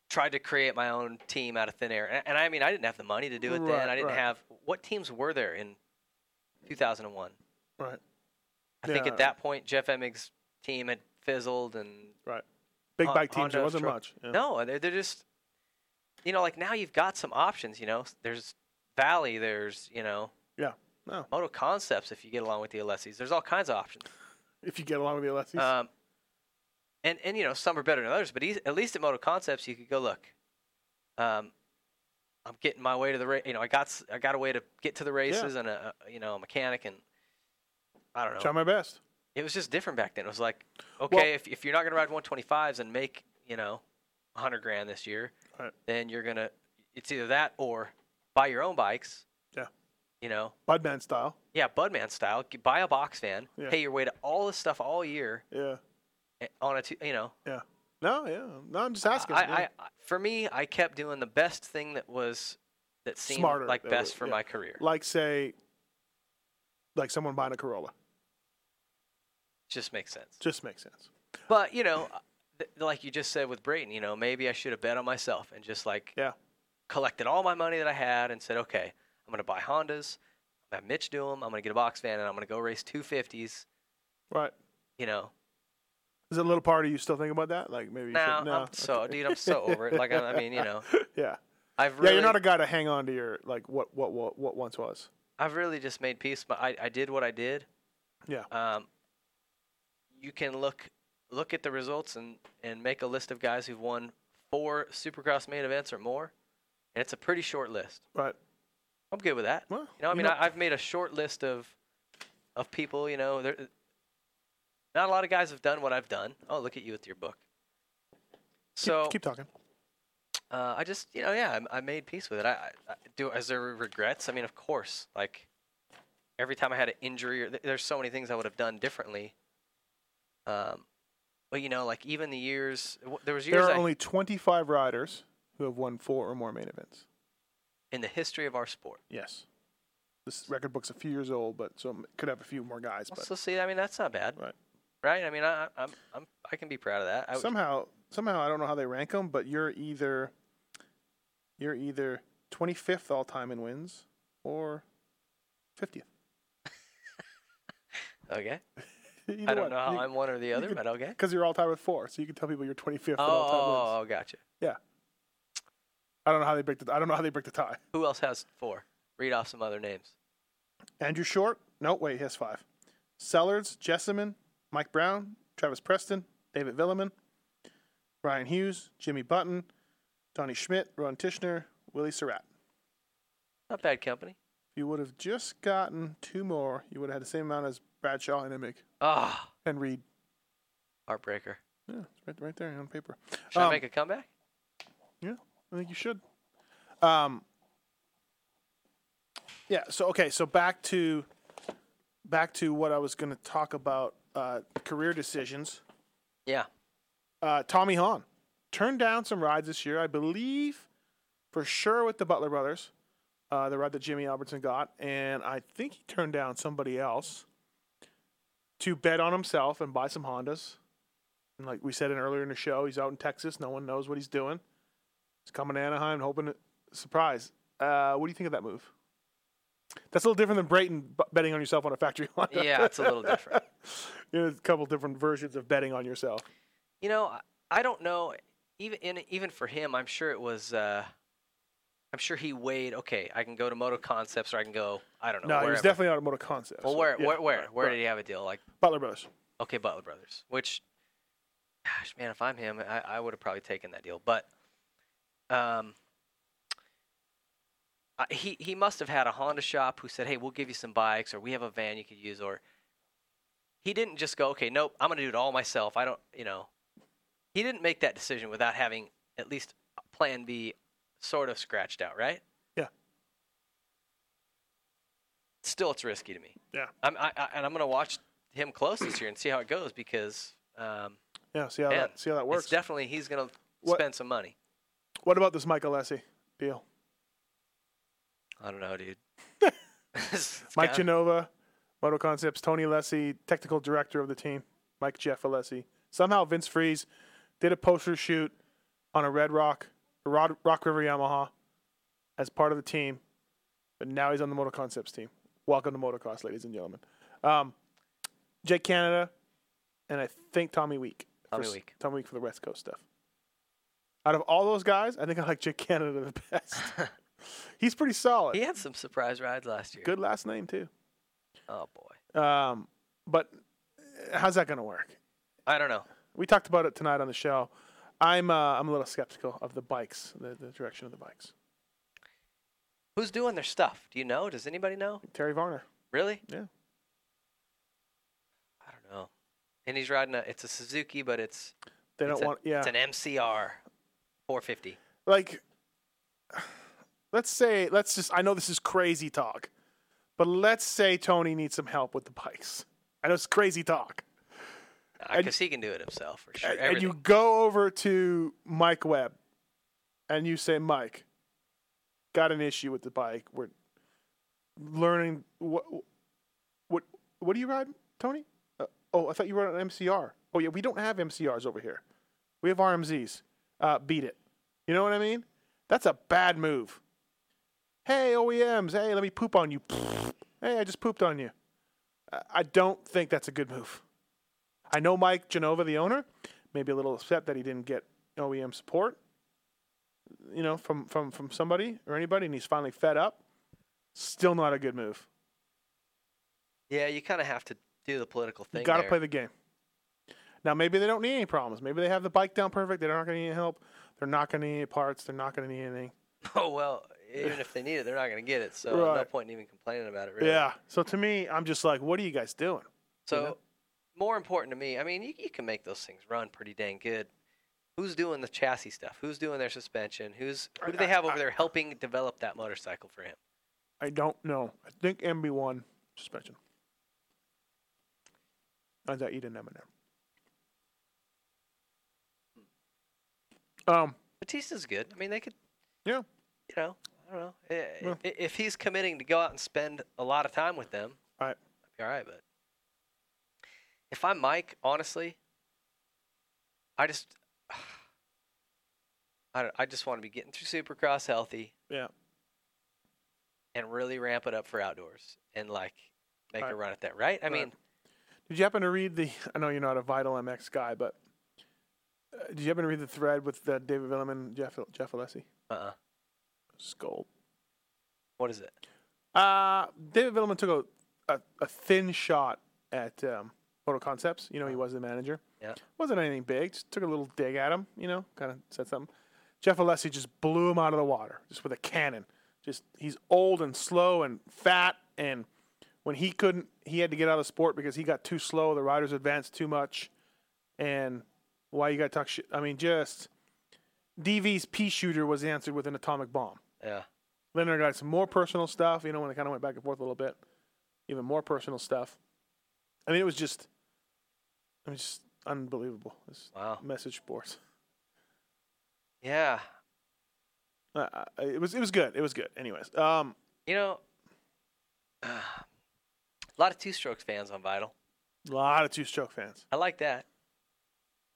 Speaker 9: tried to create my own team out of thin air. And, and I mean, I didn't have the money to do it
Speaker 8: Right,
Speaker 9: then. I didn't
Speaker 8: right.
Speaker 9: have what teams were there in 2001?
Speaker 8: right,
Speaker 9: I think
Speaker 8: Yeah.
Speaker 9: at that point Jeff Emmig's team had fizzled and
Speaker 8: right. Big
Speaker 9: Hon-
Speaker 8: bike teams. There
Speaker 9: Honda
Speaker 8: wasn't
Speaker 9: truck.
Speaker 8: much. Yeah.
Speaker 9: No, they're, they're just, you know, like now you've got some options. You know, there's Valley, there's you know,
Speaker 8: Yeah, no.
Speaker 9: Moto Concepts. If you get along with the Alessis, there's all kinds of options.
Speaker 8: If you get along with the Alessis.
Speaker 9: Um, and and you know, some are better than others, but eas- at least at Moto Concepts, you could go look. Um, I'm getting my way to the race. You know, I got s- I got a way to get to the races and a a- you know a mechanic and I don't know.
Speaker 8: Try my best.
Speaker 9: It was just different back then. It was like, okay, if, if you're not going to ride 125s and make, you know, 100 grand this year,
Speaker 8: Right.
Speaker 9: then you're going to, it's either that or buy your own bikes.
Speaker 8: Yeah.
Speaker 9: You know,
Speaker 8: Budman style.
Speaker 9: yeah, Budman style, g- buy a box van,
Speaker 8: Yeah.
Speaker 9: pay your way to all this stuff all year
Speaker 8: Yeah.
Speaker 9: eh, on a, two, you know.
Speaker 8: No, yeah. No, I'm just
Speaker 9: I,
Speaker 8: asking.
Speaker 9: I,
Speaker 8: yeah.
Speaker 9: I- for me, I kept doing the best thing that was, that seemed
Speaker 8: Smarter,
Speaker 9: like
Speaker 8: that
Speaker 9: best
Speaker 8: was-
Speaker 9: for
Speaker 8: yeah.
Speaker 9: my career.
Speaker 8: like say like someone buying a Corolla.
Speaker 9: Just makes sense.
Speaker 8: Just makes sense.
Speaker 9: But you know, th- like you just said with Brayton, you know, maybe I should have bet on myself and just like
Speaker 8: Yeah.
Speaker 9: collected all my money that I had and said, okay, I'm gonna buy Hondas. I'm gonna have Mitch do them. I'm gonna get a box van and I'm gonna go race 250s.
Speaker 8: Right.
Speaker 9: You know,
Speaker 8: Is it a little party you still think about that? Like maybe you
Speaker 9: now
Speaker 8: should, no.
Speaker 9: I'm so
Speaker 8: okay.
Speaker 9: dude, I'm so over it. Like I, I mean, you know,
Speaker 8: Yeah.
Speaker 9: I've
Speaker 8: Yeah,
Speaker 9: really,
Speaker 8: you're not a guy to hang on to your like what what what, what once was.
Speaker 9: I've really just made peace. But I, I did what I did.
Speaker 8: Yeah.
Speaker 9: Um, you can look look at the results and and make a list of guys who've won four Supercross main events or more, and it's a pretty short list.
Speaker 8: Right.
Speaker 9: I'm good with that.
Speaker 8: Well,
Speaker 9: You know, I
Speaker 8: you
Speaker 9: mean,
Speaker 8: know-
Speaker 9: I, I've made a short list of of people. You know, there, not a lot of guys have done what I've done. Oh, look at you with your book.
Speaker 8: Keep-
Speaker 9: So
Speaker 8: keep, talking.
Speaker 9: Uh, I just, you know, yeah, I, I made peace with it. I, I I- do. Is there regrets? I mean, of course. Like every time I had an injury, or th- there's so many things I would have done differently. Um, but you know, like even the years w- there was years
Speaker 8: There are
Speaker 9: I-
Speaker 8: only 25 riders who have won four or more main events.
Speaker 9: in the history of our sport.
Speaker 8: Yes. This record book's a few years old, but so it could have a few more guys. But
Speaker 9: So see, I mean, that's not bad,
Speaker 8: Right.
Speaker 9: Right? I mean, I, I'm, I'm, I can be proud of that. I,
Speaker 8: somehow somehow I don't know how they rank them, but you're either you're either 25th all time in wins or 50th.
Speaker 9: okay. I don't know how I'm one or the other,
Speaker 8: could-
Speaker 9: but okay.
Speaker 8: because you're all time with four, so you can tell people you're 25th
Speaker 9: Oh,
Speaker 8: in all time wins.
Speaker 9: oh, oh, gotcha.
Speaker 8: I don't know how they break the I don't know how they break the tie.
Speaker 9: Who else has four? Read off some other names.
Speaker 8: Andrew Short. No, wait, he has five. Sellers, Jessamine, Mike Brown, Travis Preston, David Villeman, Ryan Hughes, Jimmy Button, Donnie Schmidt, Ron Tishner, Willie Surratt.
Speaker 9: Not bad company.
Speaker 8: If you would have just gotten two more, you would have had the same amount as Bradshaw and Emig
Speaker 9: Ah,
Speaker 8: and Reed.
Speaker 9: heartbreaker.
Speaker 8: Yeah, it's right, right there on paper.
Speaker 9: Should I
Speaker 8: Um,
Speaker 9: make a comeback?
Speaker 8: I think you should. Um, yeah. So okay. So back to back to what I was going to talk about uh, career decisions.
Speaker 9: Yeah.
Speaker 8: Uh, Tommy Hahn turned down some rides this year, I believe, for sure with the Butler brothers, uh, the ride that Jimmy Albertson got, and I think he turned down somebody else to bet on himself and buy some Hondas. And like we said in earlier in the show, he's out in Texas. No one knows what he's doing. He's coming to Anaheim, hoping to surprise. Uh, what do you think of that move? That's a little different than Brayton b- betting on yourself on a factory Honda.
Speaker 9: Yeah, it's a little different.
Speaker 8: you know, there's a couple different versions of betting on yourself.
Speaker 9: You know, I- I don't know. Even in, even for him, I'm sure it was. Uh, I'm sure he weighed. Okay, I can go to Moto Concepts, or I can go. I don't know.
Speaker 8: No, he was
Speaker 9: wherever.
Speaker 8: definitely automotive concepts.
Speaker 9: Well, where,
Speaker 8: Yeah,
Speaker 9: where, where,
Speaker 8: right,
Speaker 9: where
Speaker 8: right.
Speaker 9: did he have a deal? Like,
Speaker 8: Butler Brothers.
Speaker 9: okay, Butler Brothers. Which, gosh, man, if I'm him, I, I would have probably taken that deal. But, um, I, he he must have had a Honda shop who said, "Hey, we'll give you some bikes, or we have a van you could use," or he didn't just go, "Okay, nope, I'm gonna do it all myself." I don't, you know, he didn't make that decision without having at least Plan B sort of scratched out, right?
Speaker 8: Yeah.
Speaker 9: Still, it's risky to me.
Speaker 8: Yeah.
Speaker 9: I'm I, I, and I'm gonna watch him close this year and see how it goes because um,
Speaker 8: Yeah, see how
Speaker 9: Man,
Speaker 8: that see how that
Speaker 9: it's
Speaker 8: works.
Speaker 9: definitely he's gonna
Speaker 8: What-
Speaker 9: spend some money.
Speaker 8: what about this Michael Lessie deal?
Speaker 9: I don't know, dude. It's
Speaker 8: Mike
Speaker 9: kinda-
Speaker 8: Genova, Moto Concepts, Tony Lessie, technical director of the team, Mike Jeff Alessi. Somehow Vince Freeze did a poster shoot on a Red Rock, Rod, Rock River Yamaha, as part of the team, but now he's on the Moto Concepts team. Welcome to Motocross, ladies and gentlemen. Um, Jake Canada, and I think Tommy Week.
Speaker 9: Tommy
Speaker 8: for s-
Speaker 9: Weak.
Speaker 8: Tommy Week for the West Coast stuff. Out of all those guys, I think I like Jake Canada the best. he's pretty solid.
Speaker 9: he had some surprise rides last year.
Speaker 8: Good last name too.
Speaker 9: Oh boy,
Speaker 8: Um, but uh, how's that going to work?
Speaker 9: I don't know.
Speaker 8: We talked about it tonight on the show. I'm uh, I'm a little skeptical of the bikes, the, the direction of the bikes.
Speaker 9: Who's doing their stuff? Do you know? Does anybody know?
Speaker 8: Terry Varner,
Speaker 9: Really?
Speaker 8: Yeah.
Speaker 9: I don't know. And he's riding a. It's a Suzuki, but it's
Speaker 8: they
Speaker 9: It's
Speaker 8: don't
Speaker 9: a-
Speaker 8: want yeah,
Speaker 9: it's an MCR 450.
Speaker 8: like let's say let's just I know this is crazy talk, but let's say Tony needs some help with the bikes. I know it's crazy talk. And-
Speaker 9: Because Uh, he can do it himself for sure.
Speaker 8: And- and you
Speaker 9: Everything.
Speaker 8: go over to Mike Webb and you say, Mike, got an issue with the bike. We're learning what what what do you ride, Tony? Uh, oh, I thought you rode an MCR. Oh yeah, we don't have MCRs over here. We have RMZs. Uh, beat it. You know what I mean? That's a bad move. Hey OEMs, hey, let me poop on you. Hey, I just pooped on you. I- I don't think that's a good move. I know Mike Genova, the owner, maybe a little upset that he didn't get OEM support, you know, from from from somebody or anybody, and he's finally fed up. Still not a good move.
Speaker 9: yeah, you kind of have to do the political thing.
Speaker 8: You got to
Speaker 9: there.
Speaker 8: play the game. Now maybe they don't need any problems. Maybe they have the bike down perfect. They're not going to need any help. They're not going to need any parts. They're not going to need anything.
Speaker 9: Oh well, even if they need it, they're not going to get it. So no
Speaker 8: Right.
Speaker 9: point in even complaining about it. Really.
Speaker 8: Yeah. So to me, I'm just like, what are you guys doing?
Speaker 9: So
Speaker 8: know?
Speaker 9: more important to me, I mean, you, you can make those things run pretty dang good. Who's doing the chassis stuff? Who's doing their suspension? Who's who do they have over there helping develop that motorcycle for him?
Speaker 8: I don't know. I think MB1 suspension. I thought you didn't have an M. Um,
Speaker 9: Batista's good. I mean, they could.
Speaker 8: Yeah.
Speaker 9: You know, I don't know. I-
Speaker 8: Well.
Speaker 9: i- If he's committing to go out and spend a lot of time with them,
Speaker 8: Right.
Speaker 9: I'd be all right. But if I'm Mike, honestly, I just, I don't. I just want to be getting through Supercross healthy
Speaker 8: Yeah.
Speaker 9: and really ramp it up for outdoors and like make
Speaker 8: Right.
Speaker 9: a run at that. Right? I
Speaker 8: Right.
Speaker 9: mean,
Speaker 8: Did you happen to read the? I know you're not a Vital MX guy, but uh, did you happen to read the thread with uh, David Villeman, Jeff Jeff Alessi,
Speaker 9: uh, uh
Speaker 8: Skull?
Speaker 9: what is it?
Speaker 8: Uh, David Villeman took a, a, a thin shot at um, Moto Concepts. You know, he was the manager.
Speaker 9: Yeah.
Speaker 8: Wasn't anything big. Just took a little dig at him, you know, kind of said something. Jeff Alessi just blew him out of the water, just with a cannon. Just He's old and slow and fat. And when he couldn't, he had to get out of the sport because he got too slow. The riders advanced too much. And why you got to talk shit? I mean, just DV's pea shooter was answered with an atomic bomb.
Speaker 9: Yeah.
Speaker 8: Leonard got some more personal stuff, you know, when it kind of went back and forth a little bit. Even more personal stuff. I mean, it was just, it was just unbelievable. This
Speaker 9: Wow.
Speaker 8: message boards.
Speaker 9: Yeah.
Speaker 8: Uh, I- it was, it was good. It was good. Anyways, um,
Speaker 9: You know, a lot of two strokes fans on Vital.
Speaker 8: a lot of two-stroke fans.
Speaker 9: I like that.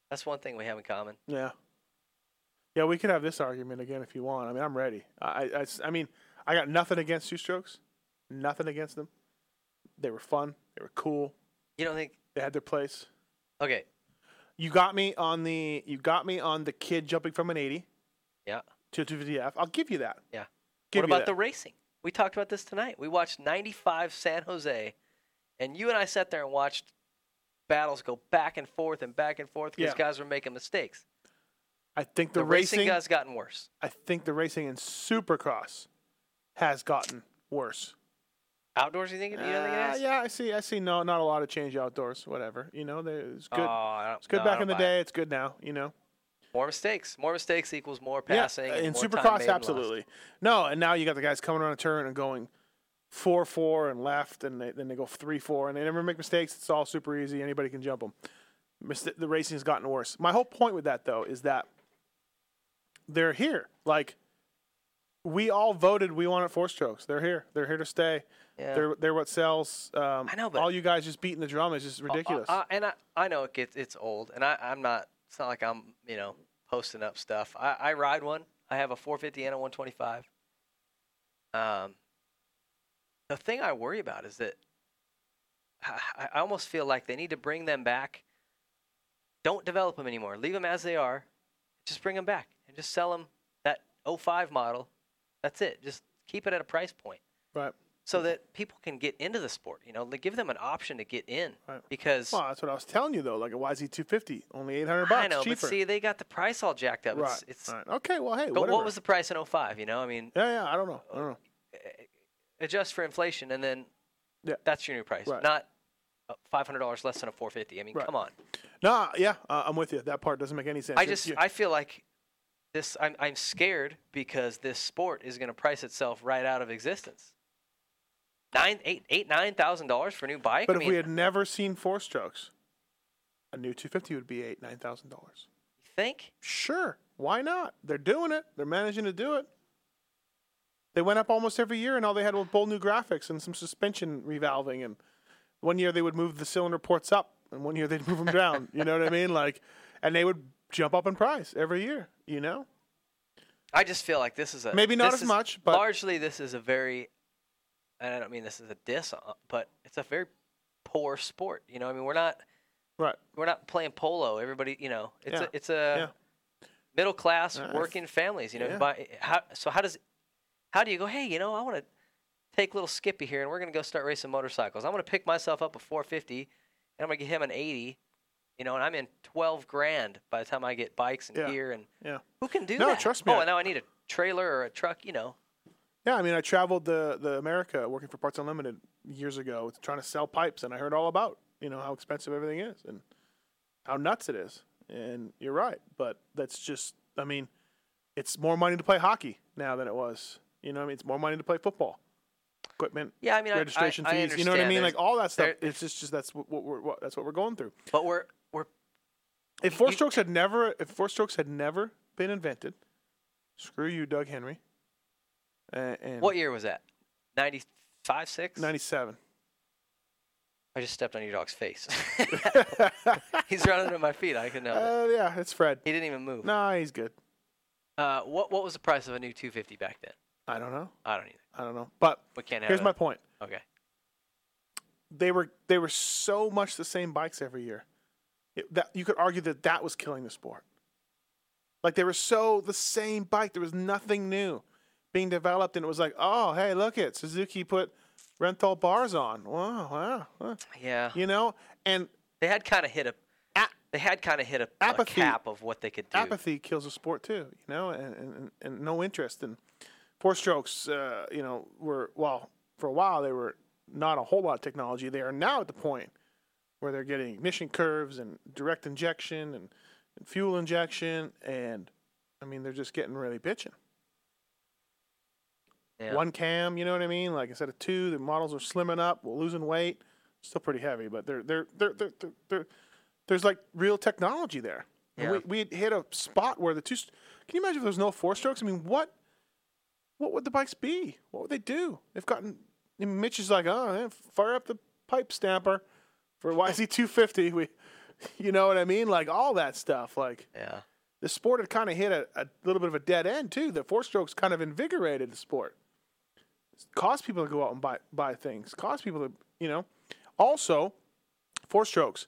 Speaker 9: That's one thing we have in common.
Speaker 8: Yeah, yeah, we could have this argument again if you want. I mean, I'm ready. I, I, I s- I mean, I got nothing against two-strokes. Nothing against them. They were fun. They were cool.
Speaker 9: You don't think?
Speaker 8: They had their place.
Speaker 9: Okay.
Speaker 8: You got me on the. You got me on the kid jumping from an eighty.
Speaker 9: Yeah.
Speaker 8: to a 250F. I'll give you that.
Speaker 9: Yeah.
Speaker 8: Give
Speaker 9: what
Speaker 8: you
Speaker 9: about the
Speaker 8: that.
Speaker 9: racing? We talked about this tonight. We watched 95 San Jose, and you and I sat there and watched battles go back and forth and back and forth because
Speaker 8: Yeah.
Speaker 9: guys were making mistakes.
Speaker 8: I think
Speaker 9: The,
Speaker 8: the,
Speaker 9: racing,
Speaker 8: racing,
Speaker 9: guys gotten worse.
Speaker 8: I think the racing in Supercross has gotten worse.
Speaker 9: Outdoors, you think? You don't think it
Speaker 8: Uh,
Speaker 9: has?
Speaker 8: yeah, I see. I see. No, not a lot of change outdoors. Whatever. You know, there- it's good.
Speaker 9: Oh, I don't-
Speaker 8: it's good
Speaker 9: no, I
Speaker 8: back
Speaker 9: don't
Speaker 8: in the
Speaker 9: buy it.
Speaker 8: day. It's good now. You know.
Speaker 9: More mistakes. More mistakes equals more passing.
Speaker 8: yeah,
Speaker 9: and
Speaker 8: in
Speaker 9: more time
Speaker 8: Supercross,
Speaker 9: made and lost.
Speaker 8: absolutely. No, and now you got the guys coming around a turn and going four four and left, and they, then they go three four, and they never make mistakes. It's all super easy. Anybody can jump them. the racing's gotten worse. My whole point with that though is that they're here. Like we all voted, we wanted four strokes. They're here. They're here to stay.
Speaker 9: Yeah.
Speaker 8: They're they're what sells. Um,
Speaker 9: I know, but-
Speaker 8: all you guys just beating the drum is just
Speaker 9: Uh,
Speaker 8: ridiculous.
Speaker 9: uh, and I, I know it gets it's old, and I, I'm not. It's not like I'm you know posting up stuff. I, I ride one. I have a 450 and a 125. Um, the thing I worry about is that I, I- I almost feel like they need to bring them back. Don't develop them anymore. Leave them as they are. Just bring them back and just sell them that 05 model. That's it. Just keep it at a price point
Speaker 8: right.
Speaker 9: so that people can get into the sport. You know, like, give them an option to get in
Speaker 8: Right.
Speaker 9: because
Speaker 8: Well, that's what I was telling you though. Like a YZ250, only 800 bucks
Speaker 9: I know,
Speaker 8: cheaper.
Speaker 9: but see, they got the price all jacked up.
Speaker 8: right.
Speaker 9: It's, it's
Speaker 8: right. Okay. Well, hey.
Speaker 9: but
Speaker 8: whatever.
Speaker 9: what was the price in 05? You know, I mean,
Speaker 8: Yeah, yeah, I don't know. I don't know.
Speaker 9: adjust for inflation, and then
Speaker 8: Yeah.
Speaker 9: that's your new price,
Speaker 8: Right.
Speaker 9: not uh, $500 less than a 450. I mean,
Speaker 8: Right.
Speaker 9: come on.
Speaker 8: No, yeah, uh, I'm with you. That part doesn't make any sense.
Speaker 9: I
Speaker 8: You're-
Speaker 9: just
Speaker 8: you're-
Speaker 9: I feel like this. I'm I'm scared because this sport is going to price itself right out of existence. Nine, eight, eight, nine thousand dollars for a new bike.
Speaker 8: but
Speaker 9: I
Speaker 8: if
Speaker 9: mean,
Speaker 8: we had never seen four strokes, a new 250 would be eight, nine thousand dollars.
Speaker 9: you think
Speaker 8: Sure, why not? They're doing it. They're managing to do it. They went up almost every year, and all they had was bold new graphics and some suspension revalving. And one year they would move the cylinder ports up, and one year they'd move them down. You know what I mean? Like, and they would jump up in price every year. You know?
Speaker 9: I just feel like this is a
Speaker 8: Maybe not
Speaker 9: this
Speaker 8: as
Speaker 9: is-
Speaker 8: much, but-
Speaker 9: largely this is a very, and I don't mean this is a diss, uh, but it's a very poor sport. You know, I mean we're not
Speaker 8: Right.
Speaker 9: we're not playing polo. Everybody, you know, it's
Speaker 8: Yeah.
Speaker 9: a, it's a middle class
Speaker 8: Yeah, I
Speaker 9: working families. You know,
Speaker 8: yeah.
Speaker 9: by, how, so how does how do you go? Hey, you know, I want to take little Skippy here, and we're gonna go start racing motorcycles. I'm gonna pick myself up a 450, and I'm gonna get him an 80. You know, and I'm in 12 grand by the time I get bikes and
Speaker 8: Yeah.
Speaker 9: gear and
Speaker 8: Yeah.
Speaker 9: who can do
Speaker 8: No,
Speaker 9: that?
Speaker 8: trust me,
Speaker 9: Oh,
Speaker 8: I-
Speaker 9: and now I need a trailer or a truck. You know,
Speaker 8: Yeah, I mean, I traveled the the America working for Parts Unlimited years ago, trying to sell pipes, and I heard all about you know how expensive everything is and how nuts it is. And you're right, but that's just I mean, it's more money to play hockey now than it was. You know, what I mean, it's more money to play football, equipment,
Speaker 9: Yeah, I mean, I-
Speaker 8: registration
Speaker 9: I- I
Speaker 8: fees. you know what I
Speaker 9: understand
Speaker 8: mean?
Speaker 9: there's-
Speaker 8: Like all that stuff.
Speaker 9: there-
Speaker 8: It's just just that's what, what we're what, that's what we're going through.
Speaker 9: but we're we're
Speaker 8: If four
Speaker 9: you-
Speaker 8: strokes had never, if four strokes had never been invented, screw you, Doug Henry. And, and
Speaker 9: what year was that? 95, six.
Speaker 8: Ninety-seven.
Speaker 9: I just stepped on your dog's face. He's running at my feet. I couldn't help it.
Speaker 8: Uh, yeah, it's Fred.
Speaker 9: He didn't even move.
Speaker 8: Nah, he's good.
Speaker 9: Uh, what what was the price of a new 250 back then?
Speaker 8: I don't know.
Speaker 9: I don't either.
Speaker 8: I don't know. But
Speaker 9: We can't have
Speaker 8: here's
Speaker 9: it.
Speaker 8: my point.
Speaker 9: Okay.
Speaker 8: They were they were so much the same bikes every year. It- that you could argue that that was killing the sport. Like they were so the same bike. There was nothing new being developed, and it was like, oh hey, look it, Suzuki put rental bars on. Wow, wow, wow.
Speaker 9: Yeah.
Speaker 8: You know, and
Speaker 9: They had kind of hit a they had kind of hit a, a
Speaker 8: Apathy-
Speaker 9: cap of what they could do.
Speaker 8: apathy kills a sport too, you know, and, and, and- and no interest. And four strokes, uh, you know, were, well, for a while they were not a whole lot of technology. They are now at the point where they're getting ignition curves and direct injection and, and fuel injection. And I mean, they're just getting really bitching.
Speaker 9: Yeah.
Speaker 8: One cam, you know what I mean? Like instead of two, the models are slimming up, we're losing weight. Still pretty heavy, but they're, they're, they're, they're, they're, they're there's like real technology there. And
Speaker 9: Yeah.
Speaker 8: We, we had hit a spot where the two. st- Can you imagine if there was no four strokes? I mean, what what would the bikes be? What would they do? They've gotten. And Mitch is like, oh, eh, fire up the pipe stamper for YZ250. We, you know what I mean? Like all that stuff. Like
Speaker 9: yeah.
Speaker 8: the sport had kind of hit a, a little bit of a dead end too. The four strokes kind of invigorated the sport, caused people to go out and buy buy things, caused people to you know. Also, four strokes,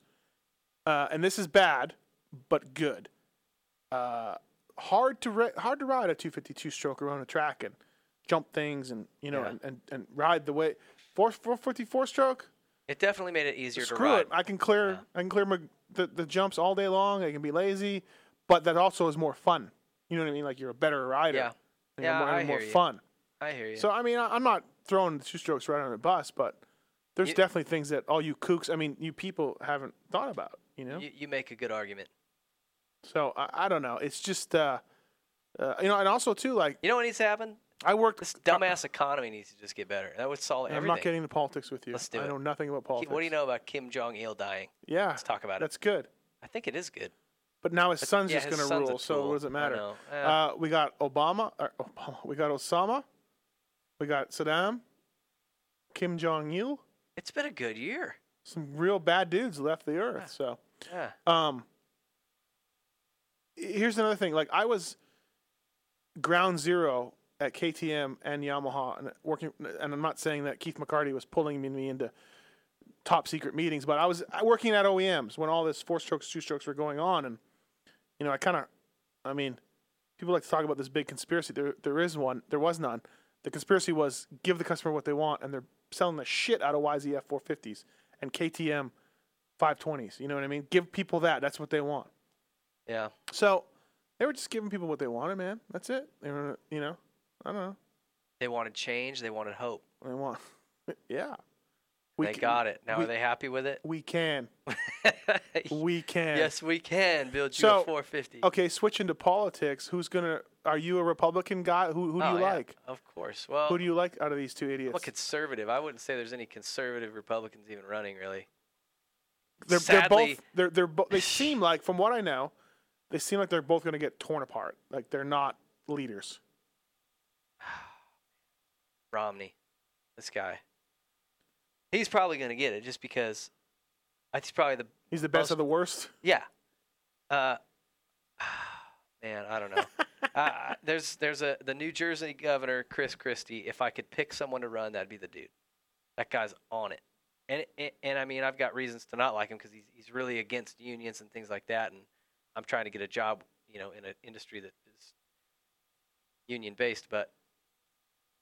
Speaker 8: uh, and this is bad but good. Uh, hard to ri hard to ride a two fifty two stroker on a track and jump things and you know
Speaker 9: Yeah.
Speaker 8: and, and, and ride the way four four fifty four stroke.
Speaker 9: It definitely made it easier to
Speaker 8: Screw
Speaker 9: ride.
Speaker 8: it! I can clear I can clear my, the the jumps all day long. I can be lazy, but that also is more fun. You know what I mean? Like you're a better rider.
Speaker 9: Yeah.
Speaker 8: And you're
Speaker 9: Yeah,
Speaker 8: more,
Speaker 9: I
Speaker 8: and more
Speaker 9: hear you.
Speaker 8: fun.
Speaker 9: I hear you.
Speaker 8: So I mean, I, I'm not throwing the two strokes right under the bus, but there's
Speaker 9: You-
Speaker 8: definitely things that all you kooks, I mean, you people haven't thought about. You know?
Speaker 9: you, you make a good argument.
Speaker 8: so I, I don't know. It's just uh, uh, you know, and also too, like
Speaker 9: You know what needs to happen?
Speaker 8: I worked.
Speaker 9: This dumbass economy needs to just get better. That would solve
Speaker 8: I'm
Speaker 9: everything.
Speaker 8: not getting into politics with you.
Speaker 9: Let's do
Speaker 8: I
Speaker 9: it.
Speaker 8: know nothing about
Speaker 9: Ki-
Speaker 8: politics.
Speaker 9: What do you know about Kim Jong Il dying?
Speaker 8: Yeah,
Speaker 9: Let's talk about it.
Speaker 8: that's good.
Speaker 9: I think it is good.
Speaker 8: But now his son's
Speaker 9: yeah,
Speaker 8: just
Speaker 9: his
Speaker 8: going to
Speaker 9: son's a
Speaker 8: rule, so
Speaker 9: tool.
Speaker 8: what does it
Speaker 9: I
Speaker 8: matter?
Speaker 9: know. Eh.
Speaker 8: Uh, we got Obama, or Obama. We got Osama. We got Saddam. Kim Jong Il.
Speaker 9: It's been a good year.
Speaker 8: Some real bad dudes left the earth. So,
Speaker 9: Yeah.
Speaker 8: um, here's another thing. Like I was ground zero at KTM and Yamaha, and working. And I'm not saying that Keith McCarty was pulling me into top secret meetings, but I was working at OEMs when all this four strokes, two strokes were going on, and you know, I kind of, I mean, people like to talk about this big conspiracy. There, there is one. There was none. The conspiracy was give the customer what they want, and they're selling the shit out of YZF 450s and KTM 520s. You know what I mean? Give people that. That's what they want.
Speaker 9: Yeah.
Speaker 8: So they were just giving people what they wanted, man. That's it. They were, you know, I don't know.
Speaker 9: They wanted change. They wanted hope.
Speaker 8: They want, yeah.
Speaker 9: they
Speaker 8: ca-
Speaker 9: got it. Now
Speaker 8: we-
Speaker 9: are they happy with it?
Speaker 8: We can. We can.
Speaker 9: yes, we can build you
Speaker 8: So,
Speaker 9: a 450.
Speaker 8: Okay, switching to politics. Who's gonna? Are you a Republican guy? Who who do
Speaker 9: Oh,
Speaker 8: you
Speaker 9: yeah,
Speaker 8: like?
Speaker 9: Of course. Well,
Speaker 8: Who do you like out of these two idiots?
Speaker 9: I'm a conservative. I wouldn't say there's any conservative Republicans even running, really.
Speaker 8: they're, they're
Speaker 9: Sadly-
Speaker 8: both they're they're bo- they seem like from what I know, they seem like they're both going to get torn apart. Like they're not leaders.
Speaker 9: Romney, this guy. He's probably going to get it just because I- he's probably the
Speaker 8: He's the best
Speaker 9: Most-
Speaker 8: of the worst.
Speaker 9: yeah. Uh, man, I don't know. uh, there's there's a the New Jersey governor Chris Christie. If I could pick someone to run, that'd be the dude. That guy's on it. And and, and I mean, I've got reasons to not like him because he's he's really against unions and things like that. And I'm trying to get a job, you know, in an industry that is union based. But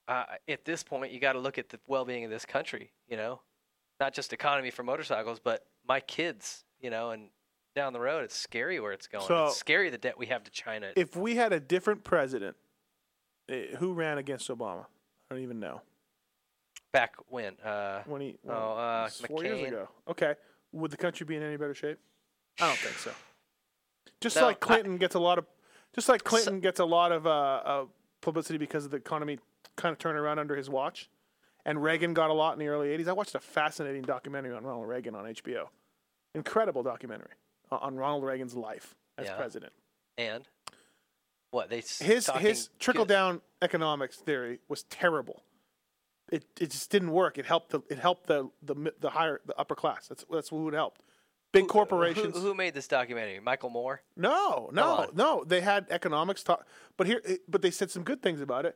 Speaker 9: uh, at this point, you got to look at the well being of this country. You know, not just economy for motorcycles, but my kids. You know, and down the road, it's scary where it's going.
Speaker 8: So-
Speaker 9: it's scary the debt we have to China.
Speaker 8: If we had a different president, eh, who ran against Obama? I don't even know.
Speaker 9: back when uh
Speaker 8: When he when-
Speaker 9: Oh, uh,
Speaker 8: it's four years
Speaker 9: McCain.
Speaker 8: ago. Okay, would the country be in any better shape? I don't think so. Just
Speaker 9: No,
Speaker 8: like
Speaker 9: I-
Speaker 8: Clinton gets a lot of, just like Clinton gets a lot of uh, uh, publicity because of the economy kind of turned around under his watch, and Reagan got a lot in the early '80s. I watched a fascinating documentary on Ronald Reagan on HBO, incredible documentary o- on Ronald Reagan's life as
Speaker 9: Yeah.
Speaker 8: president.
Speaker 9: and what they s-
Speaker 8: His
Speaker 9: talking
Speaker 8: his trickle
Speaker 9: good-
Speaker 8: down economics theory was terrible. it, it just didn't work. It helped the it helped the the mi- the higher the upper class. That's that's who it helped. Big
Speaker 9: Who,
Speaker 8: corporations.
Speaker 9: who made this documentary? Michael Moore.
Speaker 8: No, no,
Speaker 9: on.
Speaker 8: no. They had economics talk, but here, eh, but they said some good things about it.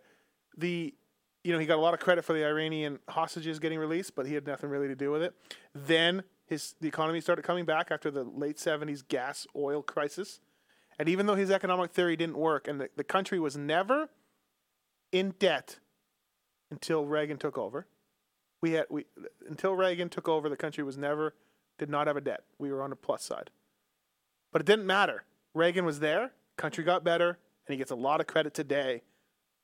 Speaker 8: The, you know, he got a lot of credit for the Iranian hostages getting released, but he had nothing really to do with it. Then his the economy started coming back after the late '70s gas oil crisis, and even though his economic theory didn't work, and the, the country was never in debt until Reagan took over. We had we until Reagan took over, the country was never did not have a debt. We were on the plus side. But it didn't matter. Reagan was there, country got better, and he gets a lot of credit today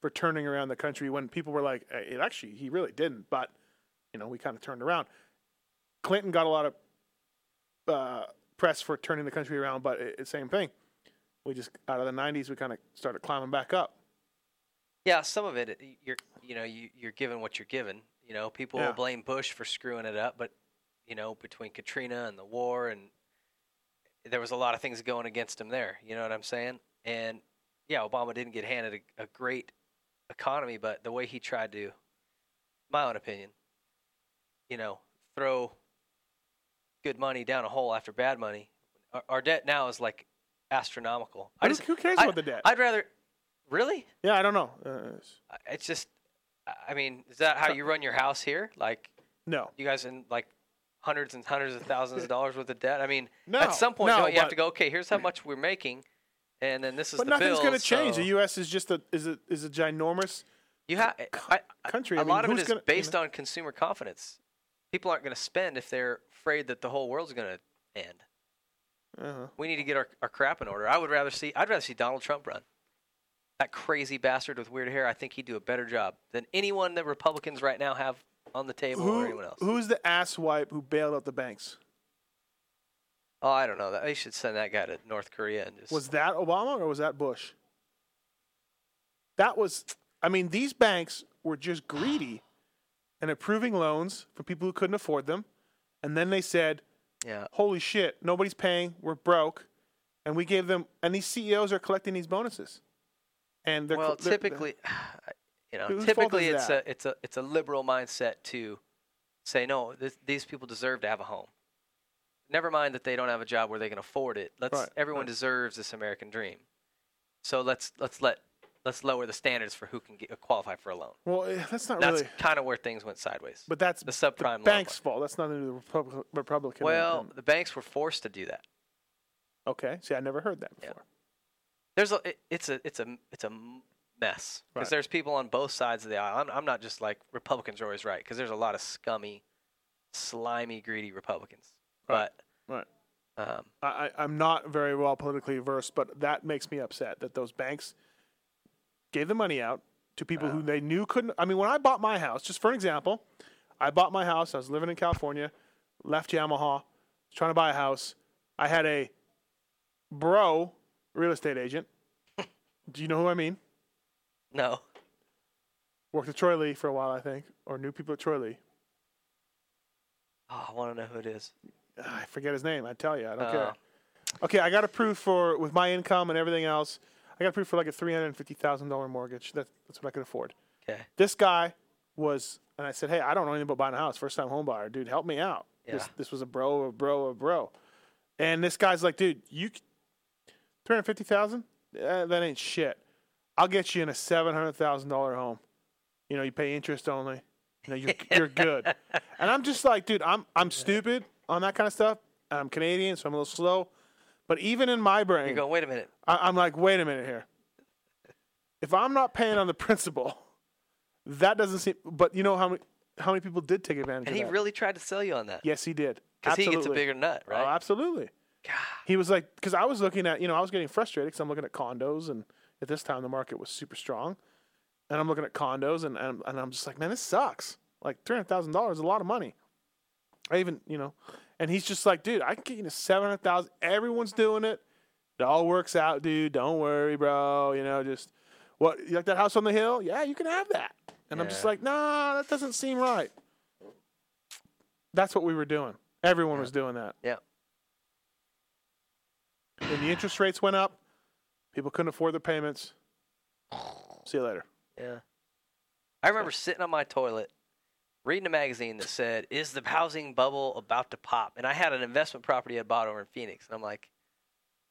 Speaker 8: for turning around the country when people were like, "Eh, it actually, he really didn't, but, you know, we kind of turned around. Clinton got a lot of uh, press for turning the country around, but it, it's same thing. We just, out of the 90s, we kind of started climbing back up.
Speaker 9: Yeah, some of it you're you know you, you're given what you're given. You know, people
Speaker 8: Yeah.
Speaker 9: will blame Bush for screwing it up, but you know between Katrina and the war and there was a lot of things going against him there. You know what I'm saying? And yeah, Obama didn't get handed a, a great economy, but the way he tried to, my own opinion, you know, throw good money down a hole after bad money. Our, our debt now is like astronomical.
Speaker 8: Who- who cares about the debt?
Speaker 9: I'd rather really
Speaker 8: Yeah, I don't know. Uh, it's-
Speaker 9: I- it's just i mean is that how you run your house here like
Speaker 8: no.
Speaker 9: you guys in like hundreds and hundreds of thousands of dollars worth of debt i mean
Speaker 8: No,
Speaker 9: at some point
Speaker 8: no,
Speaker 9: don't you have
Speaker 8: but-
Speaker 9: to go okay here's how much we're making and then this is
Speaker 8: But
Speaker 9: the
Speaker 8: nothing's
Speaker 9: bill,
Speaker 8: going to change.
Speaker 9: so
Speaker 8: The U.S. is just a is a is a ginormous.
Speaker 9: you have
Speaker 8: country,
Speaker 9: A
Speaker 8: I mean,
Speaker 9: lot of it
Speaker 8: who's
Speaker 9: is
Speaker 8: gonna- you
Speaker 9: based
Speaker 8: know?
Speaker 9: on consumer confidence people aren't going to spend if they're afraid that the whole world's going to end
Speaker 8: Uh-huh.
Speaker 9: we need to get our, our crap in order i would rather see i'd rather see donald trump run that crazy bastard with weird hair i think he'd do a better job than anyone that republicans right now have on the table or anyone
Speaker 8: Who,
Speaker 9: else
Speaker 8: who's the asswipe who bailed out the banks?
Speaker 9: Oh, I don't know. That they should send that guy to North Korea and just.
Speaker 8: Was that Obama or was that Bush? That was, I mean, these banks were just greedy and approving loans for people who couldn't afford them. And then they said,
Speaker 9: yeah,
Speaker 8: holy shit, nobody's paying, we're broke. And we gave them, and these CEOs are collecting these bonuses. And they're
Speaker 9: well,
Speaker 8: they're- they're-
Speaker 9: typically, you know,
Speaker 8: Whose fault
Speaker 9: typically
Speaker 8: is
Speaker 9: it's
Speaker 8: that?
Speaker 9: a it's a it's a liberal mindset to say no. This, these people deserve to have a home. Never mind that they don't have a job where they can afford it. Let's
Speaker 8: Right,
Speaker 9: everyone
Speaker 8: right.
Speaker 9: deserves this American dream. So let's let's let let's lower the standards for who can get, qualify for a loan.
Speaker 8: well, eh, that's not
Speaker 9: That's
Speaker 8: really,
Speaker 9: kind of where things went sideways.
Speaker 8: but that's
Speaker 9: the subprime loan
Speaker 8: the bank's fault. That's nothing to do with the Republic- Republican.
Speaker 9: well,
Speaker 8: and-
Speaker 9: the banks were forced to do that.
Speaker 8: okay. See, I never heard that
Speaker 9: Yeah.
Speaker 8: before.
Speaker 9: there's a it- it's a it's a it's a m- mess because
Speaker 8: Right.
Speaker 9: there's people on both sides of the aisle. I'm, I'm not just like Republicans are always right because there's a lot of scummy, slimy, greedy Republicans.
Speaker 8: Right. Right.
Speaker 9: But um,
Speaker 8: I, I- I'm not very well politically versed, but that makes me upset that those banks gave the money out to people who they knew couldn't. I mean, when I bought my house, just for an example, I bought my house. I was living in California, left Yamaha, was trying to buy a house. I had a bro real estate agent. Do you know who I mean?
Speaker 9: no,
Speaker 8: Worked at Troy Lee for a while, I think, or knew people at Troy Lee.
Speaker 9: oh, I want to know who it is.
Speaker 8: Ah, I forget his name. I tell you, I don't
Speaker 9: Oh.
Speaker 8: care. Okay, I got approved for with my income and everything else. I got approved for like a three hundred and fifty thousand dollar mortgage. That, that's what I could afford.
Speaker 9: Okay,
Speaker 8: This guy was, and I said, "Hey, I don't know anything about buying a house. First time home buyer, dude, help me out." This,
Speaker 9: Yeah.
Speaker 8: this was a bro, a bro, a bro, and this guy's like, "Dude, you three hundred fifty thousand? Uh, that ain't shit. I'll get you in a seven hundred thousand dollar home. You know, you pay interest only. You know, you're you're good." And I'm just like, dude, I'm I'm stupid on that kind of stuff. and I'm Canadian, so I'm a little slow. But even in my brain,
Speaker 9: you go. Wait a minute.
Speaker 8: I, I'm like, wait a minute here. If I'm not paying on the principal, that doesn't seem. But you know how many how many people did take advantage
Speaker 9: And
Speaker 8: of
Speaker 9: he
Speaker 8: that?
Speaker 9: really tried to sell you on that
Speaker 8: yes, he did.
Speaker 9: because he gets a
Speaker 8: Absolutely.
Speaker 9: bigger nut,
Speaker 8: Oh,
Speaker 9: right?
Speaker 8: absolutely. He was like, because I was looking at, you know, I was getting frustrated because I'm looking at condos, and at this time the market was super strong, and I'm looking at condos, and and, and I'm just like, man, this sucks. Like three hundred thousand dollars is a lot of money. I even, you know, and he's just like, dude, I can get you to seven hundred thousand. Everyone's doing it. It all works out, dude. Don't worry, bro. You know, just what you like that house on the hill? Yeah, you can have that. And I'm just
Speaker 9: Yeah.
Speaker 8: like, nah, that doesn't seem right. That's what we were doing. Everyone was doing that
Speaker 9: yeah.
Speaker 8: when the interest rates went up, people couldn't afford the payments. See you later.
Speaker 9: Yeah. I remember sitting on my toilet reading a magazine that said, "Is the housing bubble about to pop?" And I had an investment property I bought over in Phoenix, and I'm like,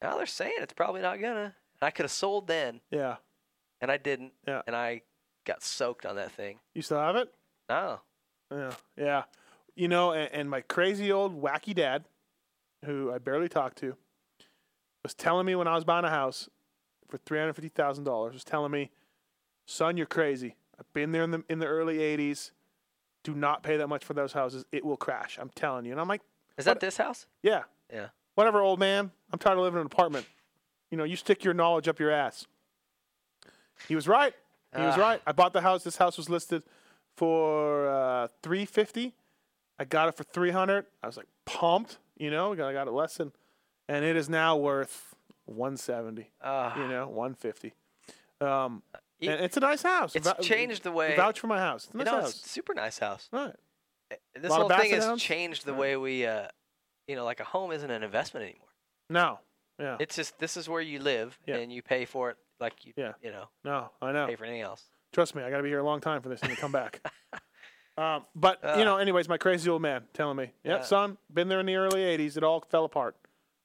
Speaker 9: "Now they're saying it's probably not gonna." And I could have sold then,
Speaker 8: Yeah.
Speaker 9: and I didn't,
Speaker 8: Yeah.
Speaker 9: and I got soaked on that thing. Oh.
Speaker 8: You still have it?
Speaker 9: No,
Speaker 8: Yeah, yeah. You know, and, and my crazy old wacky dad, who I barely talk to, was telling me when I was buying a house for three hundred fifty thousand dollars, was telling me, "Son, you're crazy. I've been there in the in the early '80s. Do not pay that much for those houses. It will crash. I'm telling you." And I'm like,
Speaker 9: is that this house?
Speaker 8: "Yeah,
Speaker 9: Yeah.
Speaker 8: whatever, old man. I'm tired of living in an apartment. You know, you stick your knowledge up your ass." He was right. He was
Speaker 9: Ah.
Speaker 8: right. I bought the house. This house was listed for uh, three fifty. I got it for three hundred. I was like pumped. You know, I got it less than, and it is now worth one seventy.
Speaker 9: Ah.
Speaker 8: you know, one fifty. Um,
Speaker 9: It-
Speaker 8: and it's a nice house.
Speaker 9: it's changed the way-
Speaker 8: Vouch for my house. It's a
Speaker 9: You
Speaker 8: nice
Speaker 9: know,
Speaker 8: house.
Speaker 9: it's a super nice house.
Speaker 8: right.
Speaker 9: This
Speaker 8: Lot of
Speaker 9: whole thing
Speaker 8: basset
Speaker 9: has
Speaker 8: hounds?
Speaker 9: changed the way we, uh, you know, like a home isn't an investment anymore.
Speaker 8: No. Yeah.
Speaker 9: It's just this is where you live
Speaker 8: Yeah.
Speaker 9: and you pay for it like you,
Speaker 8: Yeah.
Speaker 9: you know,
Speaker 8: no. I know.
Speaker 9: pay for anything else.
Speaker 8: Trust me, I got to be here a long time for this thing to come back. um, but you know, anyways, my crazy old man telling me, "Yep, son, been there in the early '80s. It all fell apart."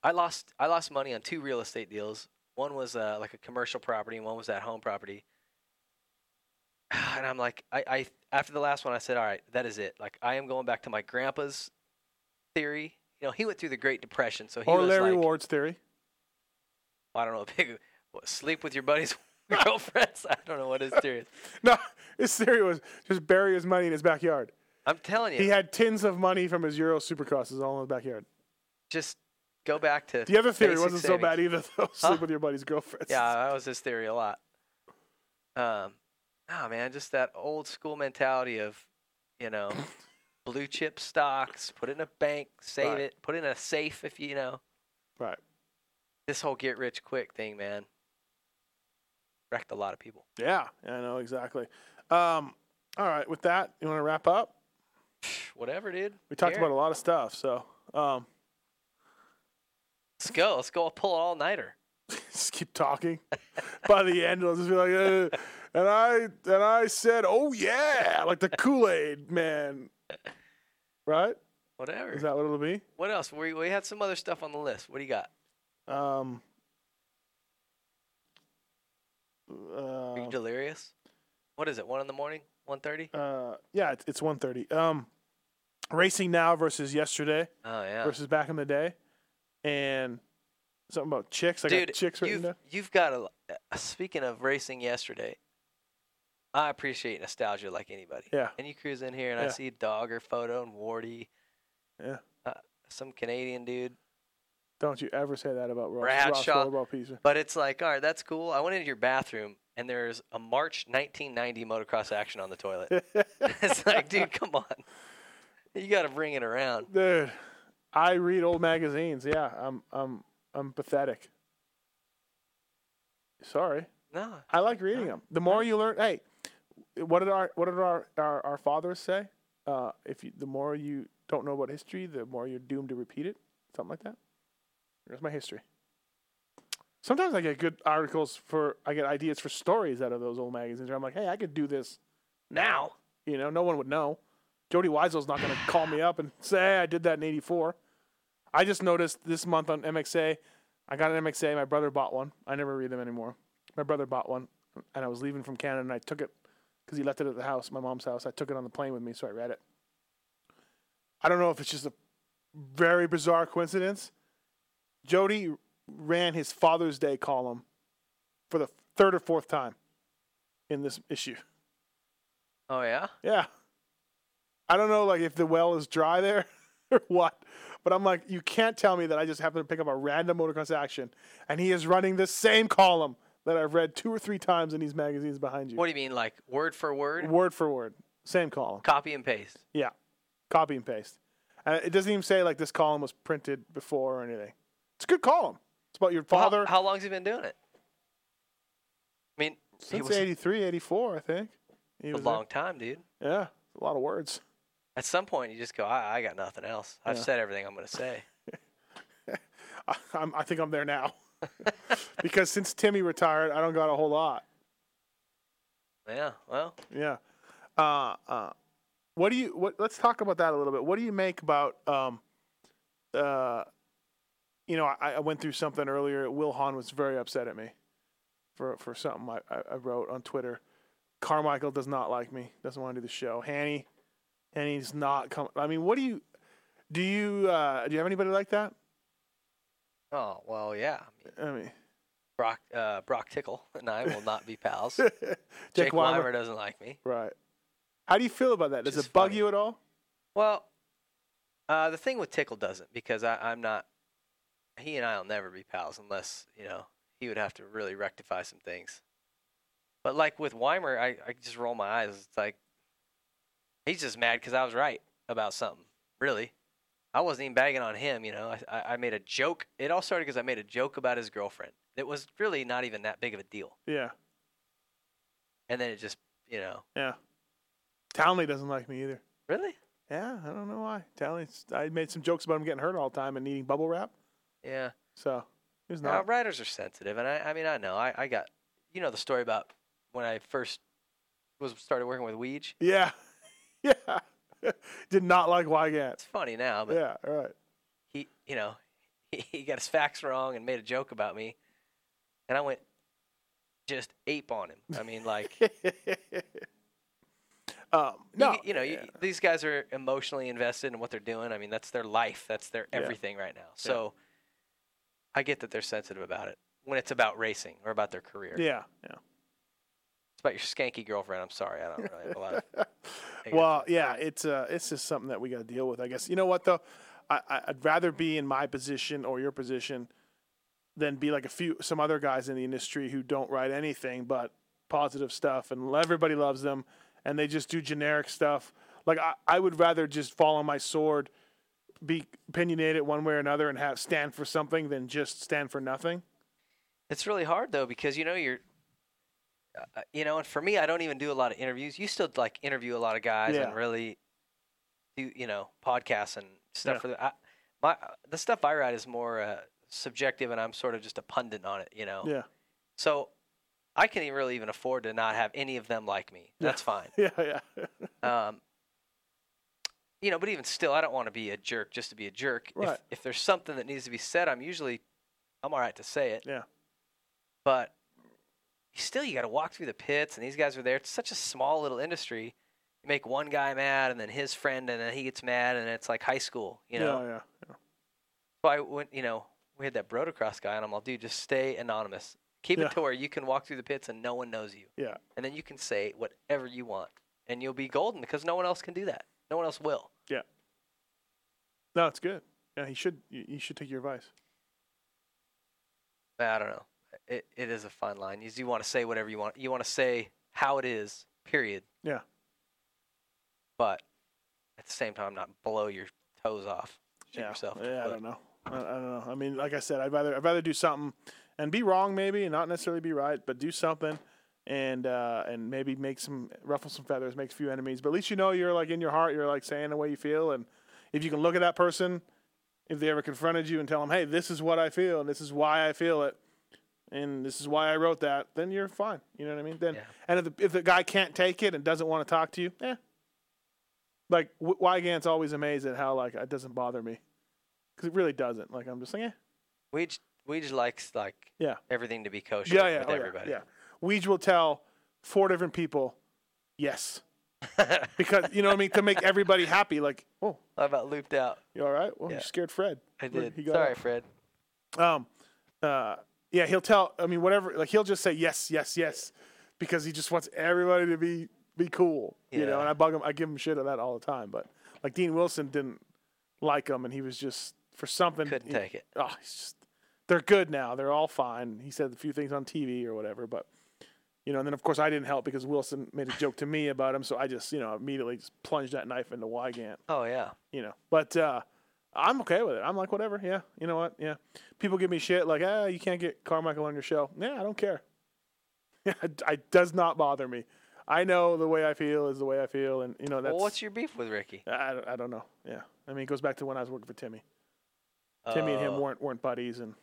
Speaker 9: I lost I lost money on two real estate deals. One was uh, like a commercial property, and one was that home property. And I'm like, I, I after the last one, I said, all right, that is it. Like I am going back to my grandpa's theory. You know, he went through the Great Depression, so he
Speaker 8: Or
Speaker 9: was
Speaker 8: Larry
Speaker 9: like,
Speaker 8: Ward's theory.
Speaker 9: I don't know, big what, sleep with your buddy's girlfriends. I don't know what his theory is.
Speaker 8: No, his theory was just bury his money in his backyard.
Speaker 9: I'm telling you,
Speaker 8: He had tins of money from his Euro Supercrosses all in his backyard.
Speaker 9: just go back to
Speaker 8: The other theory
Speaker 9: basic
Speaker 8: wasn't so
Speaker 9: savings.
Speaker 8: bad either, though. Sleep with your buddy's girlfriend.
Speaker 9: Yeah, that was his theory a lot. Um, oh man, just that old school mentality of, you know, blue chip stocks, put it in a bank, save
Speaker 8: Right.
Speaker 9: it, put it in a safe if you, you know.
Speaker 8: Right.
Speaker 9: This whole get rich quick thing, man, wrecked a lot of people.
Speaker 8: Yeah, I know exactly. Um, all right, with that, you want to wrap up?
Speaker 9: Whatever, dude.
Speaker 8: We talked about a lot of stuff, so um,
Speaker 9: Let's go. Let's go. Pull an all nighter.
Speaker 8: just keep talking. By the end, I'll just be like, uh, and I and I said, "Oh yeah," like the Kool Aid man. Right?
Speaker 9: Whatever.
Speaker 8: Is that what it'll be?
Speaker 9: what else? We we had some other stuff on the list. What do you got?
Speaker 8: Um,
Speaker 9: Are
Speaker 8: uh,
Speaker 9: you delirious? What is it? One in the morning? One thirty?
Speaker 8: uh, yeah, it's, it's one thirty. Um, racing now versus yesterday
Speaker 9: Oh yeah.
Speaker 8: versus back in the day, and something about chicks. I
Speaker 9: Dude,
Speaker 8: got chicks written
Speaker 9: you've,
Speaker 8: down.
Speaker 9: you've got a. uh, Speaking of racing yesterday, I appreciate nostalgia like anybody.
Speaker 8: Yeah.
Speaker 9: And you cruise in here and I
Speaker 8: Yeah.
Speaker 9: see Dogger photo and Wardy.
Speaker 8: Yeah.
Speaker 9: Uh, some Canadian dude.
Speaker 8: Don't you ever say that about Ross,
Speaker 9: Bradshaw.
Speaker 8: Ross Rollerball Pizza.
Speaker 9: But it's like, all right, that's cool. I went into your bathroom and there's a March 1990 motocross action on the toilet. it's like, dude, come on. You got to bring it around.
Speaker 8: Dude, I read old magazines. Yeah, I'm I'm I'm pathetic. Sorry.
Speaker 9: No.
Speaker 8: I like reading them. The more you learn, hey, what did our what did our our, our fathers say? Uh, if you, the more you don't know about history, the more you're doomed to repeat it. Something like that. There's my history. Sometimes I get good articles for I get ideas for stories out of those old magazines. Where I'm like, hey, I could do this now. You know, no one would know. Jody Weisel's not going to call me up and say hey, I did that in '84. I just noticed this month on MXA, I got an MXA. My brother bought one. I never read them anymore. My brother bought one, and I was leaving from Canada, and I took it because he left it at the house, my mom's house. I took it on the plane with me, so I read it. I don't know if it's just a very bizarre coincidence. Jody ran his Father's Day column for the third or fourth time in this issue.
Speaker 9: Oh, yeah?
Speaker 8: Yeah. I don't know like if the well is dry there or what, but I'm like, you can't tell me that I just happened to pick up a random motocross action and he is running the same column that I've read two or three times in these magazines behind you.
Speaker 9: What do you mean, like word for word?
Speaker 8: Word for word. Same column.
Speaker 9: Copy and paste.
Speaker 8: Yeah. Copy and paste. And it doesn't even say like this column was printed before or anything. It's a good column. It's about your
Speaker 9: Well, how-
Speaker 8: father
Speaker 9: How, long's he been doing it? I mean, he
Speaker 8: since
Speaker 9: was
Speaker 8: 83, 84, I think. He
Speaker 9: a
Speaker 8: there.
Speaker 9: long time, dude.
Speaker 8: Yeah. A lot of words.
Speaker 9: At some point, you just go, I, I got nothing else. I've said everything I'm going to say.
Speaker 8: I, I'm, I think I'm there now. because since Timmy retired, I don't got a whole lot.
Speaker 9: Yeah, well,
Speaker 8: Yeah. Uh, uh, What do you? What, let's talk about that a little bit. What do you make about? Um, uh, you know, I, I went through something earlier. Will Hahn was very upset at me for for something I, I I wrote on Twitter. Carmichael does not like me. Doesn't want to do the show. Hanny, Hanny's not coming. I mean, what do you? Do you uh, do you have anybody like that?
Speaker 9: Oh well, yeah. I mean,
Speaker 8: I mean,
Speaker 9: Brock uh, Brock Tickle and I will not be pals.
Speaker 8: Jake,
Speaker 9: Jake
Speaker 8: Weimer.
Speaker 9: Weimer doesn't like me.
Speaker 8: Right. How do you feel about that? Does
Speaker 9: Which is
Speaker 8: it bug
Speaker 9: funny.
Speaker 8: you at all?
Speaker 9: Well, uh, the thing with Tickle doesn't because I, I'm not. He and I'll never be pals unless you know he would have to really rectify some things. But like with Weimer, I, I just roll my eyes. It's like he's just mad because I was right about something. Really, I wasn't even bagging on him. You know, I- I, I made a joke. It all started because I made a joke about his girlfriend. It was really not even that big of a deal.
Speaker 8: Yeah.
Speaker 9: And then it just you know
Speaker 8: Yeah. Townley doesn't like me either.
Speaker 9: really
Speaker 8: Yeah, I don't know why. Townley's I made some jokes about him getting hurt all the time and needing bubble wrap.
Speaker 9: yeah.
Speaker 8: So he's
Speaker 9: No,
Speaker 8: not
Speaker 9: writers are sensitive, and I, I mean, I know. I, I got, you know, the story about when I first was started working with Weege.
Speaker 8: Yeah. yeah. Did not like Wygant.
Speaker 9: It's funny now, but
Speaker 8: Yeah, all right.
Speaker 9: he, you know, he, he got his facts wrong and made a joke about me, and I went just ape on him. I mean, like, you
Speaker 8: um no,
Speaker 9: g- you, know, you, these guys are emotionally invested in what they're doing. I mean, that's their life, that's their
Speaker 8: Yeah.
Speaker 9: everything right now. So, I get that they're sensitive about it when it's about racing or about their career.
Speaker 8: yeah, yeah.
Speaker 9: It's about your skanky girlfriend. I'm sorry, I don't really have a lot. Of, I
Speaker 8: well, yeah, it's uh, it's just something that we got to deal with, I guess. You know what though, I, I- I'd rather be in my position or your position than be like a few some other guys in the industry who don't write anything but positive stuff, and everybody loves them, and they just do generic stuff. Like I, I would rather just fall on my sword, be opinionated one way or another, and have stand for something than just stand for nothing.
Speaker 9: It's really hard though because you know you're, uh, you know, and for me, I don't even do a lot of interviews. You still like interview a lot of guys
Speaker 8: Yeah.
Speaker 9: and really do you know podcasts and stuff
Speaker 8: Yeah.
Speaker 9: for the. I, my the stuff I write is more uh, subjective, and I'm sort of just a pundit on it. You know,
Speaker 8: Yeah,
Speaker 9: so I can not really even afford to not have any of them like me.
Speaker 8: Yeah.
Speaker 9: That's fine.
Speaker 8: yeah, yeah,
Speaker 9: Um, you know, but even still, I don't want to be a jerk just to be a jerk.
Speaker 8: Right.
Speaker 9: If, if there's something that needs to be said, I'm usually, I'm all right to say it.
Speaker 8: Yeah.
Speaker 9: But still, you got to walk through the pits, and these guys are there. It's such a small little industry. You make one guy mad, and then his friend, and then he gets mad, and it's like high school, you know?
Speaker 8: yeah, yeah.
Speaker 9: So I went, you know, we had that Brotocross guy, and I'm like, dude, just stay anonymous. Keep
Speaker 8: Yeah.
Speaker 9: it to where you can walk through the pits and no one knows you.
Speaker 8: Yeah.
Speaker 9: And then you can say whatever you want, and you'll be golden because no one else can do that. No one else will.
Speaker 8: No, it's good. Yeah, he should. You you should take your advice.
Speaker 9: But I don't know. It, it is a fine line. You, you want to say whatever you want. You want to say how it is, period.
Speaker 8: Yeah.
Speaker 9: But at the same time, not blow your toes off. Shoot
Speaker 8: yeah.
Speaker 9: yourself. in the
Speaker 8: Yeah, I
Speaker 9: foot.
Speaker 8: don't know. I, I don't know. I mean, like I said, I'd rather I'd rather do something and be wrong maybe, and not necessarily be right, but do something and uh, and maybe make some ruffle some feathers, make a few enemies. But at least you know you're like in your heart, you're like saying the way you feel, and if you can look at that person, if they ever confronted you and tell them, hey, this is what I feel, and this is why I feel it. And this is why I wrote that. Then you're fine. You know what I mean. Then,
Speaker 9: Yeah.
Speaker 8: and if the, if the guy can't take it and doesn't want to talk to you, eh. Like w- Wygant's always amazed at how like it doesn't bother me because it really doesn't. Like I'm just like, eh.
Speaker 9: We just, we just likes like
Speaker 8: Yeah.
Speaker 9: everything to be kosher
Speaker 8: yeah, yeah,
Speaker 9: with
Speaker 8: oh, yeah,
Speaker 9: everybody.
Speaker 8: yeah. Weege will tell four different people, yes, because you know what I mean to make everybody happy. Like, oh,
Speaker 9: I about looped out.
Speaker 8: you all right? Well,
Speaker 9: Yeah.
Speaker 8: you scared Fred.
Speaker 9: I
Speaker 8: Look,
Speaker 9: did.
Speaker 8: he got
Speaker 9: Sorry,
Speaker 8: up.
Speaker 9: Fred.
Speaker 8: Um, uh, yeah, he'll tell. I mean, whatever. Like he'll just say yes, yes, yes, because he just wants everybody to be be cool. You know,
Speaker 9: Yeah.
Speaker 8: and I bug him. I give him shit on that all the time. But like Dean Wilson didn't like him, and he was just for something
Speaker 9: Couldn't
Speaker 8: he-
Speaker 9: take it.
Speaker 8: oh, he's just, they're good now. They're all fine. He said a few things on TV or whatever, but you know. And then of course I didn't help because Wilson made a joke to me about him, so I just you know immediately just plunged that knife into Wygant
Speaker 9: Oh yeah.
Speaker 8: you know. But uh, I'm okay with it. I'm like, whatever. Yeah, you know what? Yeah, people give me shit like, ah, you can't get Carmichael on your show. Yeah, I don't care. it it does not bother me. I know the way I feel is the way I feel, and you know that's.
Speaker 9: Well, what's your beef with Ricky?
Speaker 8: I, don't- I don't know. Yeah, I mean, it goes back to when I was working for Timmy. Timmy and him
Speaker 9: Oh,
Speaker 8: weren't weren't buddies, and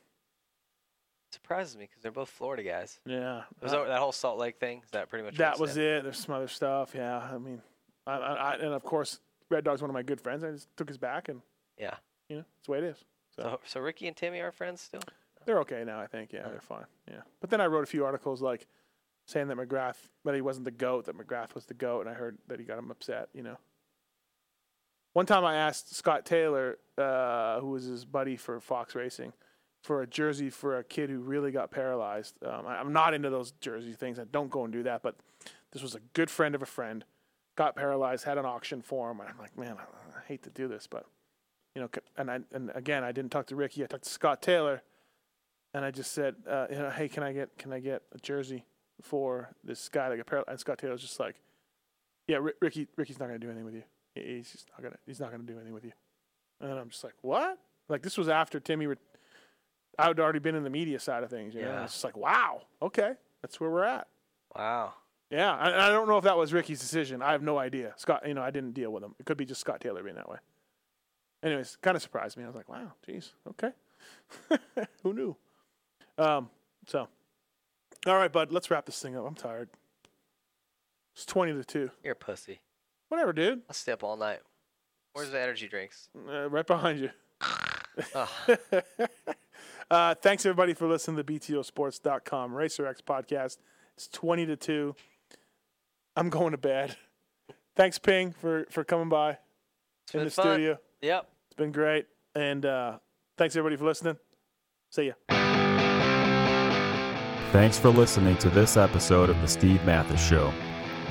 Speaker 9: surprises me because they're both Florida guys.
Speaker 8: yeah,
Speaker 9: Was
Speaker 8: uh,
Speaker 9: that, that whole Salt Lake thing? Is that pretty much? what
Speaker 8: that
Speaker 9: it
Speaker 8: was
Speaker 9: said?
Speaker 8: it. There's some other stuff. Yeah, I mean, I, I, I, and of course, Red Dog's one of my good friends. I just took his back, and
Speaker 9: Yeah.
Speaker 8: you know, it's the way it is.
Speaker 9: So, so Ricky and Timmy are friends still.
Speaker 8: They're okay now, I think. Yeah, they're fine. Yeah. But then I wrote a few articles like saying that McGrath, that he wasn't the goat, that McGrath was the goat, and I heard that he got him upset. You know. One time I asked Scott Taylor, uh, who was his buddy for Fox Racing, for a jersey for a kid who really got paralyzed. Um, I, I'm not into those jersey things. I don't go and do that. But this was a good friend of a friend, got paralyzed, had an auction for him, and I'm like, man, I, I hate to do this, but you know, c- and I and again, I didn't talk to Ricky. I talked to Scott Taylor and I just said, uh, you know, hey, can I get can I get a jersey for this guy that got paralyzed? And Scott Taylor's just like, yeah, Ri Ricky Ricky's not gonna do anything with you. He- He's just not gonna he's not gonna do anything with you. And I'm just like, what? Like this was after Timmy. Re- I would already been in the media side of things. You know?
Speaker 9: Yeah.
Speaker 8: and It's just like, wow, okay, that's where we're at.
Speaker 9: Wow.
Speaker 8: Yeah, I, and I don't know if that was Ricky's decision. I have no idea. Scott, you know, I didn't deal with him. It could be just Scott Taylor being that way. Anyways, kind of surprised me. I was like, wow, jeez, okay. Who knew? Um, so, all right, bud, let's wrap this thing up. I'm tired. It's 20 to 2.
Speaker 9: You're a pussy.
Speaker 8: Whatever, dude.
Speaker 9: I'll stay up all night. Where's the energy drinks?
Speaker 8: Uh, right behind you.
Speaker 9: Ugh.
Speaker 8: uh, thanks everybody for listening to the BTOsports.com Racer X podcast. It's twenty to two. I'm going to bed. Thanks, Ping, for for coming by
Speaker 9: It's
Speaker 8: in
Speaker 9: been
Speaker 8: the
Speaker 9: fun.
Speaker 8: studio.
Speaker 9: Yep.
Speaker 8: It's been great, and uh, thanks everybody for listening. See ya.
Speaker 2: Thanks for listening to this episode of The Steve Mathis Show.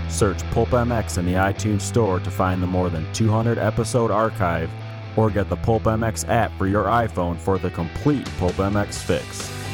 Speaker 2: Search Pulp MX in the iTunes Store to find the more than 200 episode archive or get the Pulp MX app for your iPhone for the complete Pulp MX fix.